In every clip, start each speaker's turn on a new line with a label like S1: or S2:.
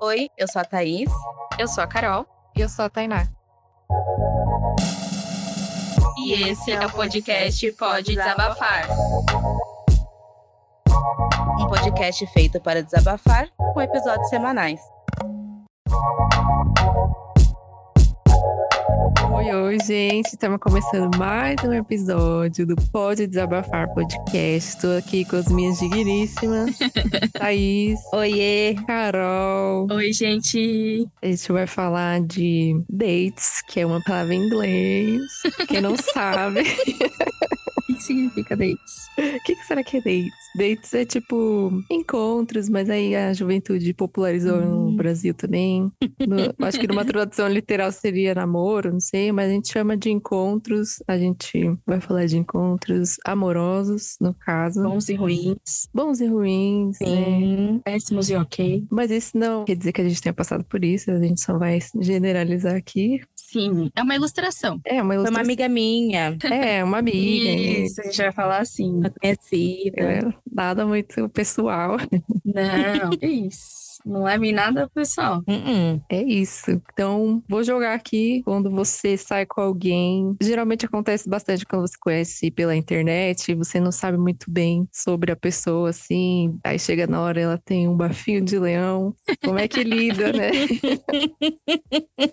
S1: Oi, eu sou a Thaís.
S2: Eu sou a Carol.
S3: Eu sou a Tainá.
S1: E esse é o podcast Pode Desabafar. Um podcast feito para desabafar com episódios semanais.
S3: Oi, oi, gente. Estamos começando mais um episódio do Pode Desabafar Podcast. Estou aqui com as minhas digníssimas, Thaís,
S2: Oiê!
S3: Carol.
S2: Oi, gente!
S3: A gente vai falar de dates, que é uma palavra em inglês. Quem não sabe,
S2: O que que significa dates?
S3: o que, que será que é dates? Dates é tipo encontros, mas aí a juventude popularizou
S2: Hum.
S3: no Brasil também. No- acho que numa tradução literal seria namoro, não sei, mas a gente chama de encontros. A gente vai falar de encontros amorosos, no caso.
S2: Bons e ruins.
S3: Bons e ruins, né?
S2: Sim. Péssimos e ok.
S3: Mas isso não quer dizer que a gente tenha passado por isso, a gente só vai generalizar aqui.
S2: Sim. É uma ilustração.
S3: É uma
S1: Foi uma
S3: ilustração.
S1: amiga minha,
S3: É, uma amiga. hein?
S2: Isso, a gente vai falar assim.
S1: uma conhecida.
S3: É, Nada muito pessoal.
S2: Não, que isso. Não leve nada pessoal.
S1: Uh-uh.
S3: É isso. Então, vou jogar aqui quando você sai com alguém. Geralmente acontece bastante quando você conhece pela internet, você não sabe muito bem sobre a pessoa, assim. Aí chega na hora, ela tem um bafinho de leão. Como é que lida, né?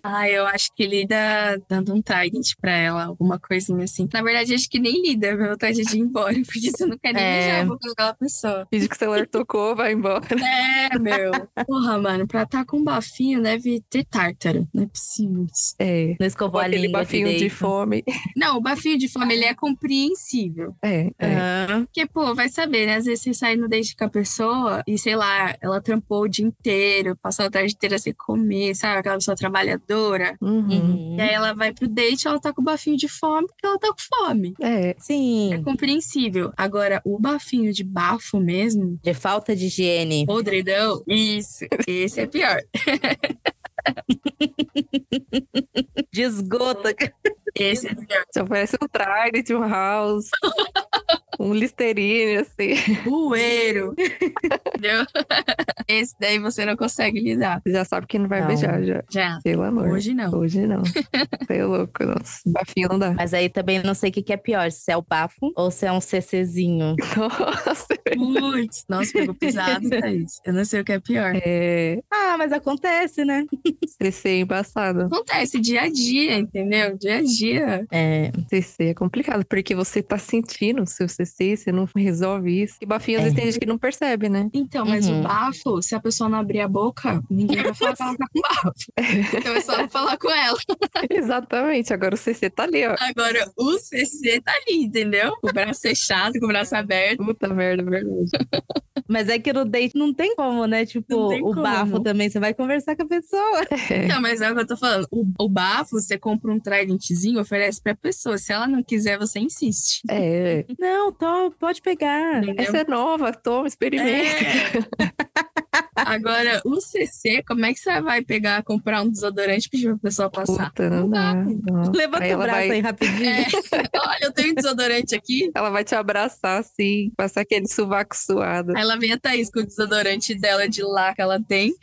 S2: Ah, eu acho que lida dando um target pra ela, alguma coisinha assim. Na verdade, acho que nem lida, meu vontade de ir embora, porque você não quer nem
S1: É.
S2: beijar a boca daquela pessoa.
S3: Finge que o celular tocou, vai embora.
S2: É, meu. Porra, mano, pra estar com um bafinho deve ter tártaro. Não é possível isso.
S3: É.
S1: Não escovou a
S3: Com aquele
S1: língua
S3: bafinho de
S1: direito.
S3: fome.
S2: Não, o bafinho de fome, ele é compreensível.
S3: É, é.
S1: Aham.
S2: Porque, pô, vai saber, né? Às vezes você sai no date com a pessoa e, sei lá, ela trampou o dia inteiro, passou a tarde inteira sem comer, sabe? Aquela pessoa trabalhadora.
S3: Uhum.
S1: Uhum.
S2: E aí ela vai pro date, ela tá com o bafinho de fome, porque ela tá com fome.
S3: É,
S2: É
S1: Sim,
S2: compreensível. Agora, o bafinho de bafo mesmo,
S1: de falta de higiene.
S2: podridão, isso, esse é pior.
S1: De esgoto.
S2: Esse é pior.
S3: só parece um Trident, um House, um Listerine, assim.
S2: Bueiro. Entendeu? Esse daí você não consegue lidar.
S3: Já sabe que não vai
S1: Não.
S3: beijar, já.
S2: Já.
S3: Pelo amor.
S2: Hoje não.
S3: Hoje não. Você é louco, nossa. Bafinho não dá.
S1: Mas aí também não sei o que, que é pior, se é o bafo ou se é um CCzinho.
S3: Nossa.
S2: Putz, nossa, pegou pesado, Thaís. Eu não sei o que é pior.
S3: É,
S1: Ah, mas acontece, né?
S3: CC é embaçado.
S2: Acontece dia a dia, entendeu? Dia a dia.
S1: É,
S3: CC é complicado, porque você tá sentindo o seu CC, você não resolve isso. E bafinho, às vezes,
S1: É.
S3: tem gente que não percebe, né?
S2: Então, mas
S1: Uhum.
S2: o bafo, se a pessoa não abrir a boca, ninguém vai falar que ela tá com bafo. Então é só não falar com ela.
S3: Exatamente. Agora o CC tá ali, ó.
S2: Agora, o CC tá ali, entendeu? Com o braço fechado, com o braço aberto.
S3: Puta merda, verdade.
S1: mas é que no date não tem como, né? Tipo,
S2: Não tem
S1: o bafo
S2: como.
S1: também, você vai conversar com a pessoa.
S2: Então, mas é o que eu tô falando. O, o bafo, você compra um tridentzinho, oferece pra pessoa. Se ela não quiser, você insiste.
S3: É,
S1: Não, tô, pode pegar.
S2: Entendeu?
S3: essa é nova, toma, experimenta.
S2: É. Agora, o CC, como é que você vai pegar, comprar um desodorante e pedir pra pessoa passar?
S3: Puta, não
S2: Não
S3: dá.
S2: dá.
S3: não.
S1: Levanta
S3: Aí
S1: o
S3: ela
S1: braço
S3: vai-
S1: aí rapidinho.
S2: É, olha, eu tenho um desodorante aqui.
S3: Ela vai te abraçar assim, passar aquele sovaco suado.
S2: Aí ela vem a Thaís com o desodorante dela de lá que ela tem.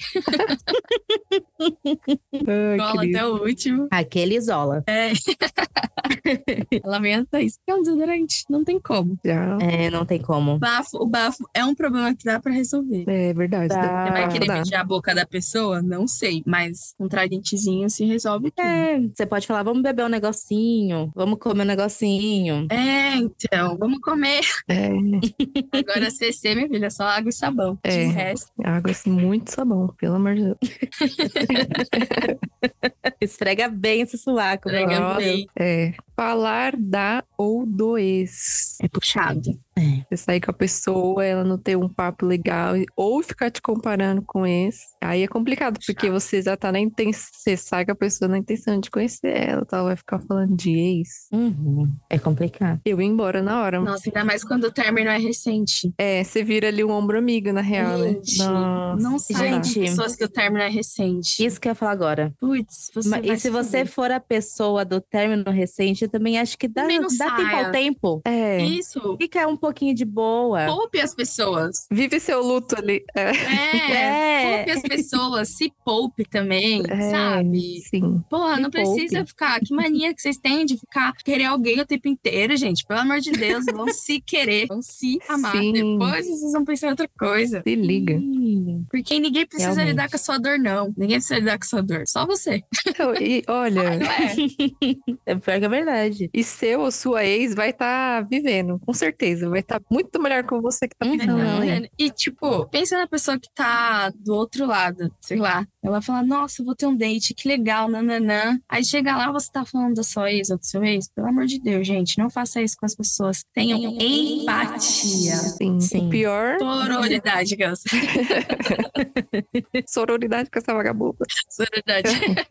S3: Ai,
S2: Cola
S3: querido.
S2: até o último.
S1: Aquele isola.
S2: É. ela vem a Thaís. É um desodorante, não tem como.
S3: Já.
S1: É, não tem como.
S2: Bafo, o bafo é um problema que dá pra resolver.
S3: É verdade.
S1: Tá.
S3: dá-
S2: Você vai
S3: dá-
S2: querer
S3: dá.
S2: beijar a boca da pessoa? Não sei, mas um tridentezinho se resolve tudo.
S1: É, você pode falar, vamos beber um negocinho, vamos comer um negocinho.
S2: É, então, vamos comer.
S3: É.
S2: Agora CC, minha filha, só água e sabão.
S3: É.
S2: De resto,
S3: Água assim, muito sabão, pelo amor de Deus.
S1: Esfrega bem esse suaco. pelo
S2: Esfrega
S1: amor de
S2: bem.
S1: Deus.
S3: É. Falar da ou do ex.
S2: é puxado.
S3: Você sair com a pessoa, ela não ter um papo legal, ou ficar te comparando com ex. Aí é complicado, porque você já tá na intenção. Você sai com a pessoa na intenção de conhecer ela, tal, vai ficar falando de ex.
S1: Uhum, É complicado.
S3: Eu ia embora na hora.
S2: Nossa, ainda mais quando o término é recente.
S3: É, você vira ali um ombro amigo, na real, né?
S2: Gente,
S3: Nossa.
S2: Não saem com
S1: É, Gente.
S2: pessoas que o término é recente.
S1: Isso que eu ia falar agora.
S2: Putz, você
S1: Ma-
S2: vai
S1: e se você
S2: fuder.
S1: for a pessoa do término recente, gente. Eu também acho que dá,
S2: Também não
S1: dá tempo
S2: saia.
S1: ao tempo.
S3: É.
S2: Isso.
S1: Fica um pouquinho de boa.
S2: Poupe as pessoas.
S3: Vive seu luto ali. É,
S2: É.
S1: É.
S2: Poupe as pessoas. Se poupe também,
S3: É.
S2: sabe?
S3: sim.
S2: Porra,
S1: Me
S2: não precisa
S1: poupe.
S2: ficar. Que mania que vocês têm de ficar querer alguém o tempo inteiro, gente. Pelo amor de Deus, vão se querer, vão se amar.
S3: Sim.
S2: Depois vocês vão pensar em outra coisa.
S3: Se liga.
S1: Sim.
S2: Porque ninguém precisa
S3: Realmente.
S2: lidar com a sua dor, não. Ninguém precisa lidar com a sua dor. Só você.
S3: Então, e olha,
S2: Não é?
S1: É pior que a verdade.
S3: e seu ou sua ex vai estar vivendo, com certeza. Vai estar muito melhor que você que tá
S1: Uhum.
S3: vivendo.
S1: Não,
S3: né?
S2: Entendendo? E, tipo, pensa na pessoa que tá do outro lado, sei lá. Ela fala, nossa, eu vou ter um date, que legal, nananã. Aí chega lá, você tá falando da sua ex ou do seu ex. Pelo amor de Deus, gente, não faça isso com as pessoas. Tenham empatia.
S3: Sim.
S1: Sim.
S3: O pior,
S2: Sororidade, Gus.
S3: é sororidade com essa vagabunda.
S2: Sororidade.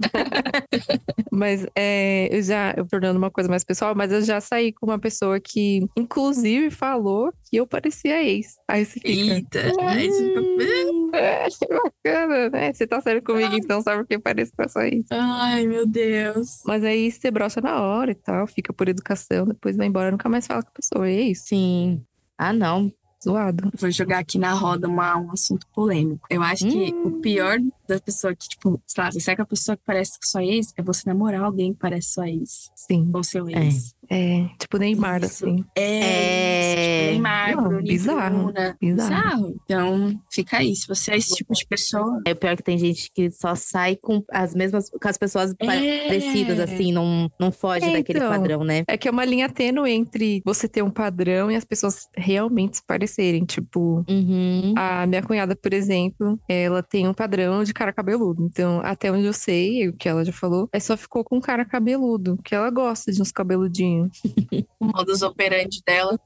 S3: Mas é, eu já, eu tornando uma coisa mais pessoal, mas eu já saí com uma pessoa que, inclusive, falou que eu parecia ex. Aí você fica.
S2: Eita. Aí você fica,
S3: É, que bacana, né? Você tá sério comigo, então sabe porque parece com essa ex.
S2: Ai, meu Deus.
S3: Mas aí você brocha na hora e tal, fica por educação, depois vai embora, nunca mais fala com a pessoa. E é isso,
S1: Sim. Ah, não.
S3: zoado.
S2: Vou jogar aqui na roda uma- um assunto polêmico. Eu acho que
S1: Hum.
S2: o pior da pessoa que, tipo, sei lá, você sai com a pessoa que parece com sua ex, é você namorar alguém que parece sua ex.
S3: Sim.
S2: Ou seu ex.
S3: É, tipo Neymar,
S2: Isso.
S3: assim.
S2: É isso, tipo, Neymar,
S3: Não,
S2: Bruno,
S3: bizarro,
S2: Bruna.
S3: bizarro.
S2: Bizarro. Então, fica aí. Se você é esse tipo de pessoa.
S1: É pior que tem gente que só sai com as mesmas. com as pessoas
S2: É.
S1: parecidas, assim, não, não foge
S3: É,
S1: daquele
S3: então.
S1: padrão, né?
S3: É que é uma linha tênue entre você ter um padrão e as pessoas realmente se parecerem. Tipo,
S1: Uhum.
S3: a minha cunhada, por exemplo, ela tem um padrão de cara cabeludo. Então, até onde eu sei, o que ela já falou, é só ficou com cara cabeludo, que ela gosta de uns cabeludinhos.
S2: O modus operandi dela.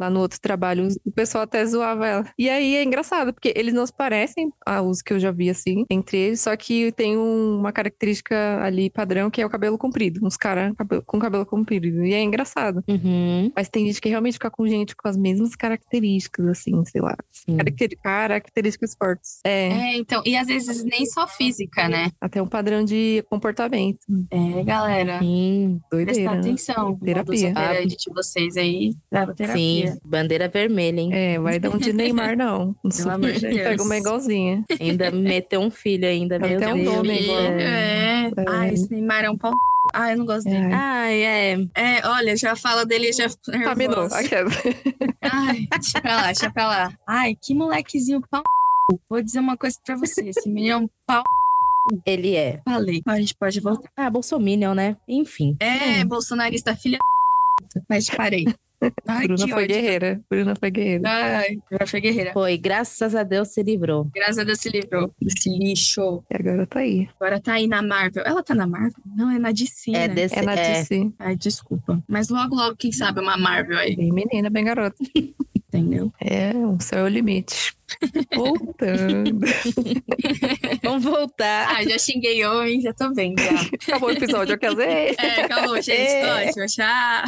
S3: Lá no outro trabalho, o pessoal até zoava ela. E aí é engraçado, porque eles não se parecem aos que eu já vi assim, entre eles, só que tem um- uma característica ali padrão que é o cabelo comprido. Uns caras com cabelo comprido. E é engraçado.
S1: Uhum.
S3: Mas tem gente que realmente fica com gente com as mesmas características, assim, sei lá.
S1: Sim.
S3: Caracteri- Características fortes. É,
S2: É, então. E às vezes nem só física, né?
S3: até um padrão de comportamento.
S2: É, galera.
S1: Sim,
S2: Prestar
S3: Doideira. né?
S2: atenção. no Modus
S3: Terapia.
S2: operandi de vocês aí. Dá terapia.
S1: sim. Bandeira vermelha, hein?
S3: É, vai dar um de Neymar, não. Não sou-
S2: amor de
S3: Pega
S2: Deus.
S3: uma igualzinha.
S1: Ainda meteu um filho ainda,
S3: Até
S1: meu
S3: um
S1: Deus.
S3: nome
S2: Filho,
S3: igual.
S2: é. Ai, esse Neymar é um pau. Ai, eu não gosto dele.
S3: É.
S1: Ai, é.
S2: É, ololha, já fala dele, já fico nervosa.
S3: Combinou. Aquela.
S2: Ai, deixa pra lá, deixa pra lá. Ai, que molequezinho pau. Vou dizer uma coisa pra você, esse menino é um pau.
S1: Ele é.
S2: Falei. A gente pode voltar.
S1: Ah, Bolsominion, né? Enfim.
S2: É, bolsonarista, filha da Mas parei. Ai,
S3: Bruna
S2: que
S3: foi
S2: ódio.
S3: guerreira. Bruna foi guerreira.
S2: Ai, já foi guerreira.
S1: Foi, graças a Deus se livrou.
S2: Graças a Deus se livrou desse lixo.
S3: E agora tá aí.
S2: Agora tá aí na Marvel. Ela tá na Marvel? Não, é na DC,
S1: É
S2: né?
S1: desse.
S3: É na
S1: é.
S3: DC.
S2: Ai, desculpa. Mas logo, logo, quem sabe uma Marvel aí,
S3: Bem menina, bem garota.
S2: entendeu?
S3: É, o céu é o limite. Voltando.
S1: Vamos voltar.
S2: Ah, já xinguei homem, já tô vendo. Já.
S3: Acabou o episódio, eu quero dizer.
S2: É, acabou, gente.
S1: É.
S2: Ótimo, já.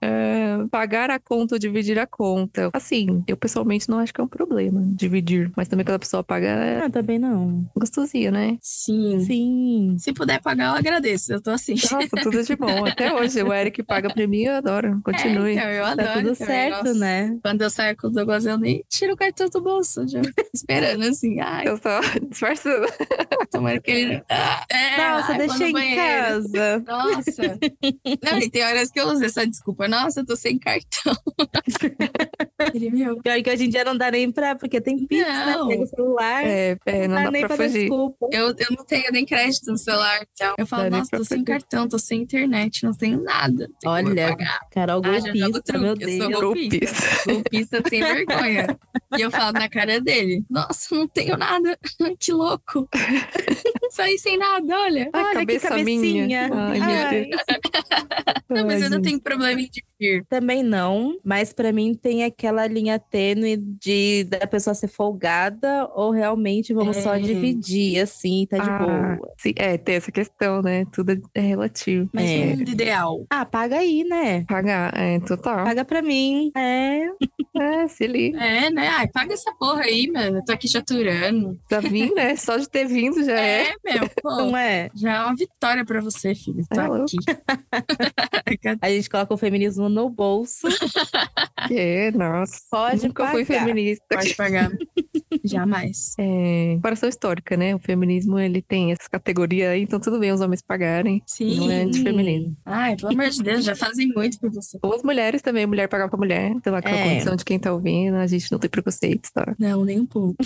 S3: É, pagar a conta ou dividir a conta. Assim, eu pessoalmente não acho que é um problema dividir, mas também quando a pessoa paga é
S1: Ah, também não.
S3: gostosinho, né?
S2: Sim.
S1: Sim.
S2: Se puder pagar, eu agradeço. Eu tô assim.
S3: Nossa, tudo de bom. Até hoje, o Eric paga pra mim, eu adoro.
S2: É,
S3: Continue.
S2: então, eu adoro.
S1: Tá tudo
S2: também,
S1: certo,
S2: nossa.
S1: né?
S2: Quando eu saio com o Douglas, eu nem tiro o cartão do bolso. Já fico esperando, assim. Ai,
S3: Eu só disfarçando.
S2: tomara que ele... Ah, é,
S1: Nossa,
S2: ai, vou no
S1: deixei em
S2: banheiro.
S1: casa.
S2: Nossa. Não, e tem horas que eu uso essa desculpa. Nossa, eu tô sem cartão.
S1: é
S2: Ele, meu...
S1: Pior que hoje em dia não dá nem pra, porque tem Pix,
S2: Não.
S1: né? Pega o celular.
S3: É, é, não
S1: dá
S3: dá
S1: nem
S3: pra
S1: dar
S3: fugir.
S1: desculpa.
S2: Eu, eu não tenho nem crédito no celular. Então eu falo,
S3: Dá nem
S2: nossa,
S3: pra
S2: tô sem
S3: fazer.
S2: cartão, tô sem internet, não tenho nada. Não tem como eu
S1: Olha,
S2: pagar.
S1: Carol
S2: Ah, já jogo
S1: golpista, meu
S2: truque, eu sou
S1: Deus.
S2: golpista. golpista sem vergonha. E eu falo na cara dele: Nossa, não tenho nada. Que louco. Saí sem nada, olha.
S3: Ai,
S1: Olha que
S3: cabeça
S1: cabecinha.
S3: minha. Ai, meu Deus.
S2: Não, mas
S3: Ai,
S2: eu ainda
S3: gente.
S2: tenho problema em dividir.
S1: Também não, mas pra mim tem aquela linha tênue de da pessoa ser folgada ou realmente vamos só
S2: É.
S1: dividir, assim, tá de
S3: Ah,
S1: boa.
S3: sim, é, tem essa questão, né? Tudo é relativo.
S2: Mas
S1: É.
S2: no mundo ideal.
S1: Ah, paga aí, né?
S3: Pagar, é, total.
S1: Paga pra mim. É.
S3: É, se liga.
S2: É, né? Ai, paga essa porra aí, mano. Eu tô aqui te aturando.
S3: Já vim, né? Só de ter vindo já é.
S2: É, meu, pô.
S1: Não é?
S2: Já é uma vitória pra você, filho. Tô
S3: Tá louco.
S2: aqui.
S1: A gente coloca o feminismo no bolso.
S3: Que é, nossa.
S1: Pode
S3: Nunca fui
S1: pagar.
S3: feminista.
S2: Pode pagar. Jamais.
S3: É, comparação histórica, né? O feminismo, ele tem essa categoria aí, então tudo bem os homens pagarem.
S2: Sim.
S3: Não é antifeminismo.
S2: Ai, pelo amor de Deus, já fazem muito por você.
S3: Ou as mulheres também, mulher pagar pra mulher, sei lá, com a
S1: É.
S3: condição de quem tá ouvindo, a gente não tem preconceito, tá?
S2: Não, nem um pouco.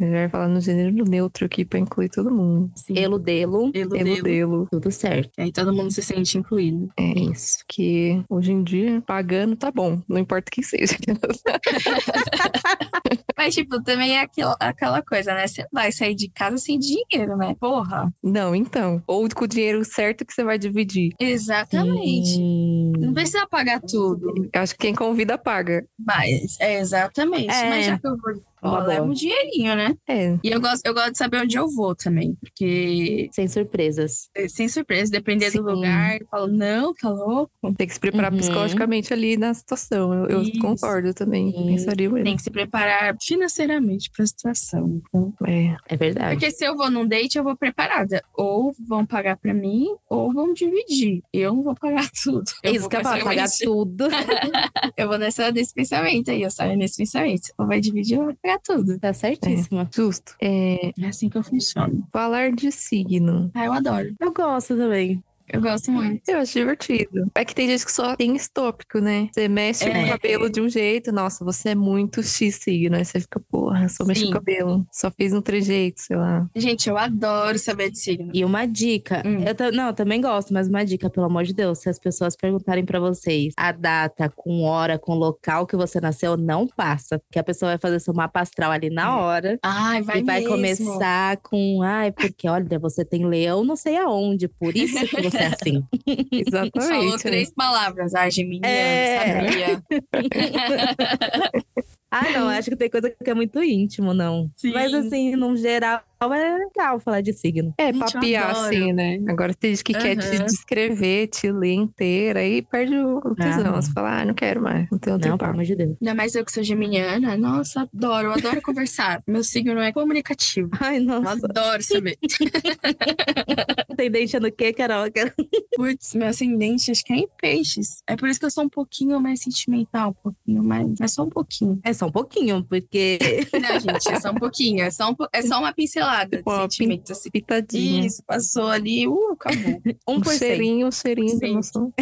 S3: Melhor falar no gênero neutro aqui pra incluir todo mundo. É
S2: Sim.
S1: Eludelo.
S2: Eludelo.
S3: Eludelo.
S1: Tudo certo.
S2: Aí todo mundo se sente incluído.
S3: É.
S1: Isso.
S3: Que hoje em dia, pagando tá bom, não importa quem seja.
S2: Mas, tipo, também é aquela, aquela coisa, né? Você vai sair de casa sem dinheiro, né? Porra.
S3: Não, então. Ou com o dinheiro certo que você vai dividir.
S2: Exatamente.
S1: Sim.
S2: Não precisa pagar tudo.
S3: Eu acho que quem convida paga.
S2: Mas, é exatamente.
S1: É.
S2: Mas já que eu vou,
S1: Uma
S2: eu
S1: boa.
S2: levo um dinheirinho, né?
S3: É,
S2: E eu gosto, eu gosto de saber onde eu vou também. Porque,
S1: Sem surpresas.
S2: eh, sem surpresa, depender do
S3: Sim.
S2: lugar, eu falo, não, tá louco.
S3: tem que se preparar
S1: Uhum.
S3: psicologicamente ali na situação. Eu, eu
S2: Isso.
S3: concordo também.
S1: Sim.
S3: Pensaria o mesmo.
S2: Tem que se preparar financeiramente pra situação. Então.
S3: É.
S1: É verdade.
S2: Porque se eu vou num date, eu vou preparada. Ou vão pagar pra mim, ou vão dividir. Eu não vou pagar tudo. Eu
S1: É Isso
S2: vou
S1: que eu
S2: com
S1: falo,
S2: essa
S1: pagar
S2: mente-
S1: tudo.
S2: Eu vou nessa, nesse pensamento aí, eu saio nesse pensamento. Ou vai dividir ou vai pagar tudo.
S1: Tá certíssima.
S3: Justo. É,
S2: É assim que eu funciono.
S3: falar de signo.
S2: Ah, eu adoro.
S1: É. Eu gosto também.
S2: Eu gosto muito.
S3: Eu acho divertido. É que tem gente que só tem esse tópico, né? Você mexe
S2: É.
S3: o cabelo de um jeito, nossa, você é muito X signo. Aí você fica, porra, só mexi o
S2: Sim.
S3: cabelo. Só fiz um trejeito, sei lá.
S2: Gente, eu adoro saber de signo.
S1: E uma dica.
S2: Hum.
S1: Eu ta- não, eu também gosto, mas uma dica, pelo amor de Deus. Se as pessoas perguntarem pra vocês a data, com hora, com local que você nasceu, não passa. Porque a pessoa vai fazer seu mapa astral ali na hora.
S2: Ai, É. vai
S1: e vai
S2: mesmo.
S1: começar com, ai, porque olha, você tem leão não sei aonde, por isso que você é assim.
S2: Falou
S3: Exatamente. né?
S2: três palavras. Ai, geminiano,
S1: É.
S2: sabia.
S1: ah, não, acho que tem coisa que é muito íntimo, não.
S2: Sim.
S1: Mas assim, no geral, é legal falar de signo.
S3: É,
S2: Gente, eu
S3: papiar
S2: adoro.
S3: assim, né? Agora tem gente que quer te
S2: Aham.
S3: descrever, te ler inteira, aí perde o tesão.
S1: não.
S3: Você fala, ah, não quero mais, não tenho
S1: Não,
S3: tempo.
S1: pelo amor de Deus.
S2: Ainda mais eu que sou geminiana. Nossa, adoro. Eu adoro conversar. Meu signo é comunicativo.
S1: Ai,
S2: Eu
S1: nossa.
S2: adoro saber.
S1: Tem dente no quê, Carol?
S2: Putz, meu ascendente acho que é em peixes. É por isso que eu sou um pouquinho mais sentimental, um pouquinho mais. Mas só um pouquinho.
S1: É só um pouquinho, porque
S2: Não, gente, é só um pouquinho. É só, um po- é só uma pincelada de
S3: Pô, a
S2: sentimento. Assim.
S3: Pitadinha.
S2: Isso, passou ali, uh, acabou.
S1: 1%.
S3: Um cheirinho, um cheirinho de
S2: Sim.
S3: emoção.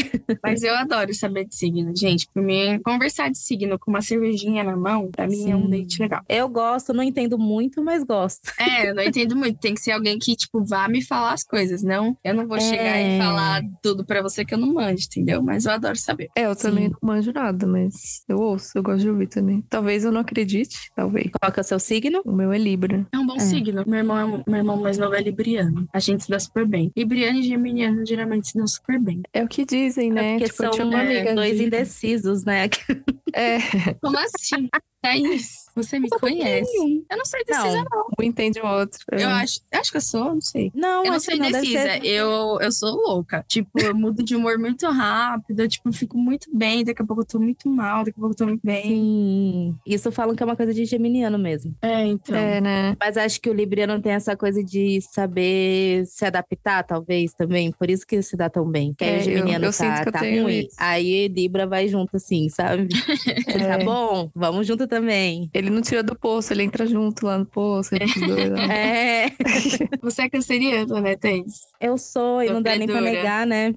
S2: Mas eu adoro saber de signo, gente. Pra mim, conversar de signo com uma cervejinha na mão, pra mim é um
S1: Sim.
S2: date legal.
S1: Eu gosto, não entendo muito, mas gosto.
S2: É, eu não entendo muito. Tem que ser alguém que, tipo, vá me falar as coisas, não? Eu não vou chegar e
S1: É.
S2: falar tudo pra você que eu não manjo, entendeu? Mas eu adoro saber.
S3: É, eu também
S1: Sim.
S3: não manjo nada, mas eu ouço, eu gosto de ouvir também. Talvez eu não acredite, talvez.
S1: Qual que é o seu signo?
S3: O meu é Libra.
S2: É um bom
S1: É.
S2: signo. Meu irmão, é um- meu irmão mais novo é libriano. A gente se dá super bem. Libriano e geminiano geralmente se dão super bem.
S3: É o que dizem, né?
S1: porque
S3: tipo, eu
S1: são
S3: tinha uma
S2: é,
S3: amiga.
S1: Dois
S3: de-
S1: indecisos, né?
S3: É,
S2: Como assim? Thaís, você me conhece. Eu não sei decisa,
S1: Não,
S2: não.
S3: um entende o outro.
S2: Eu
S3: É.
S2: acho, acho que eu sou, não sei.
S1: não,
S2: Eu não
S1: acho
S2: sou
S1: que não, deve
S2: indecisa,
S1: ser-
S2: eu, eu sou louca. Tipo, eu mudo de humor muito rápido, eu, tipo, fico muito bem, daqui a pouco eu tô muito mal, daqui a pouco eu tô muito bem.
S1: Sim. Isso falam que é uma coisa de geminiano mesmo.
S2: É, então.
S3: É, né?
S1: Mas acho que o Libriano tem essa coisa de saber se adaptar, talvez, também. Por isso que se dá tão bem. Que aí
S3: É,
S1: o
S3: eu-
S1: Geminiano tá,
S3: eu sinto que eu
S1: tá
S3: tenho
S1: ruim.
S3: isso.
S1: Aí Libra vai junto, assim, sabe? Você
S3: É.
S1: tá bom? Vamos junto também.
S3: Ele não tira do poço, ele entra junto lá no poço. entre os dois, lá.
S1: É,
S2: Você é canceriano, né, Thaís?
S1: eu sou, e não dá nem pra
S2: Sofredora.
S1: negar, né?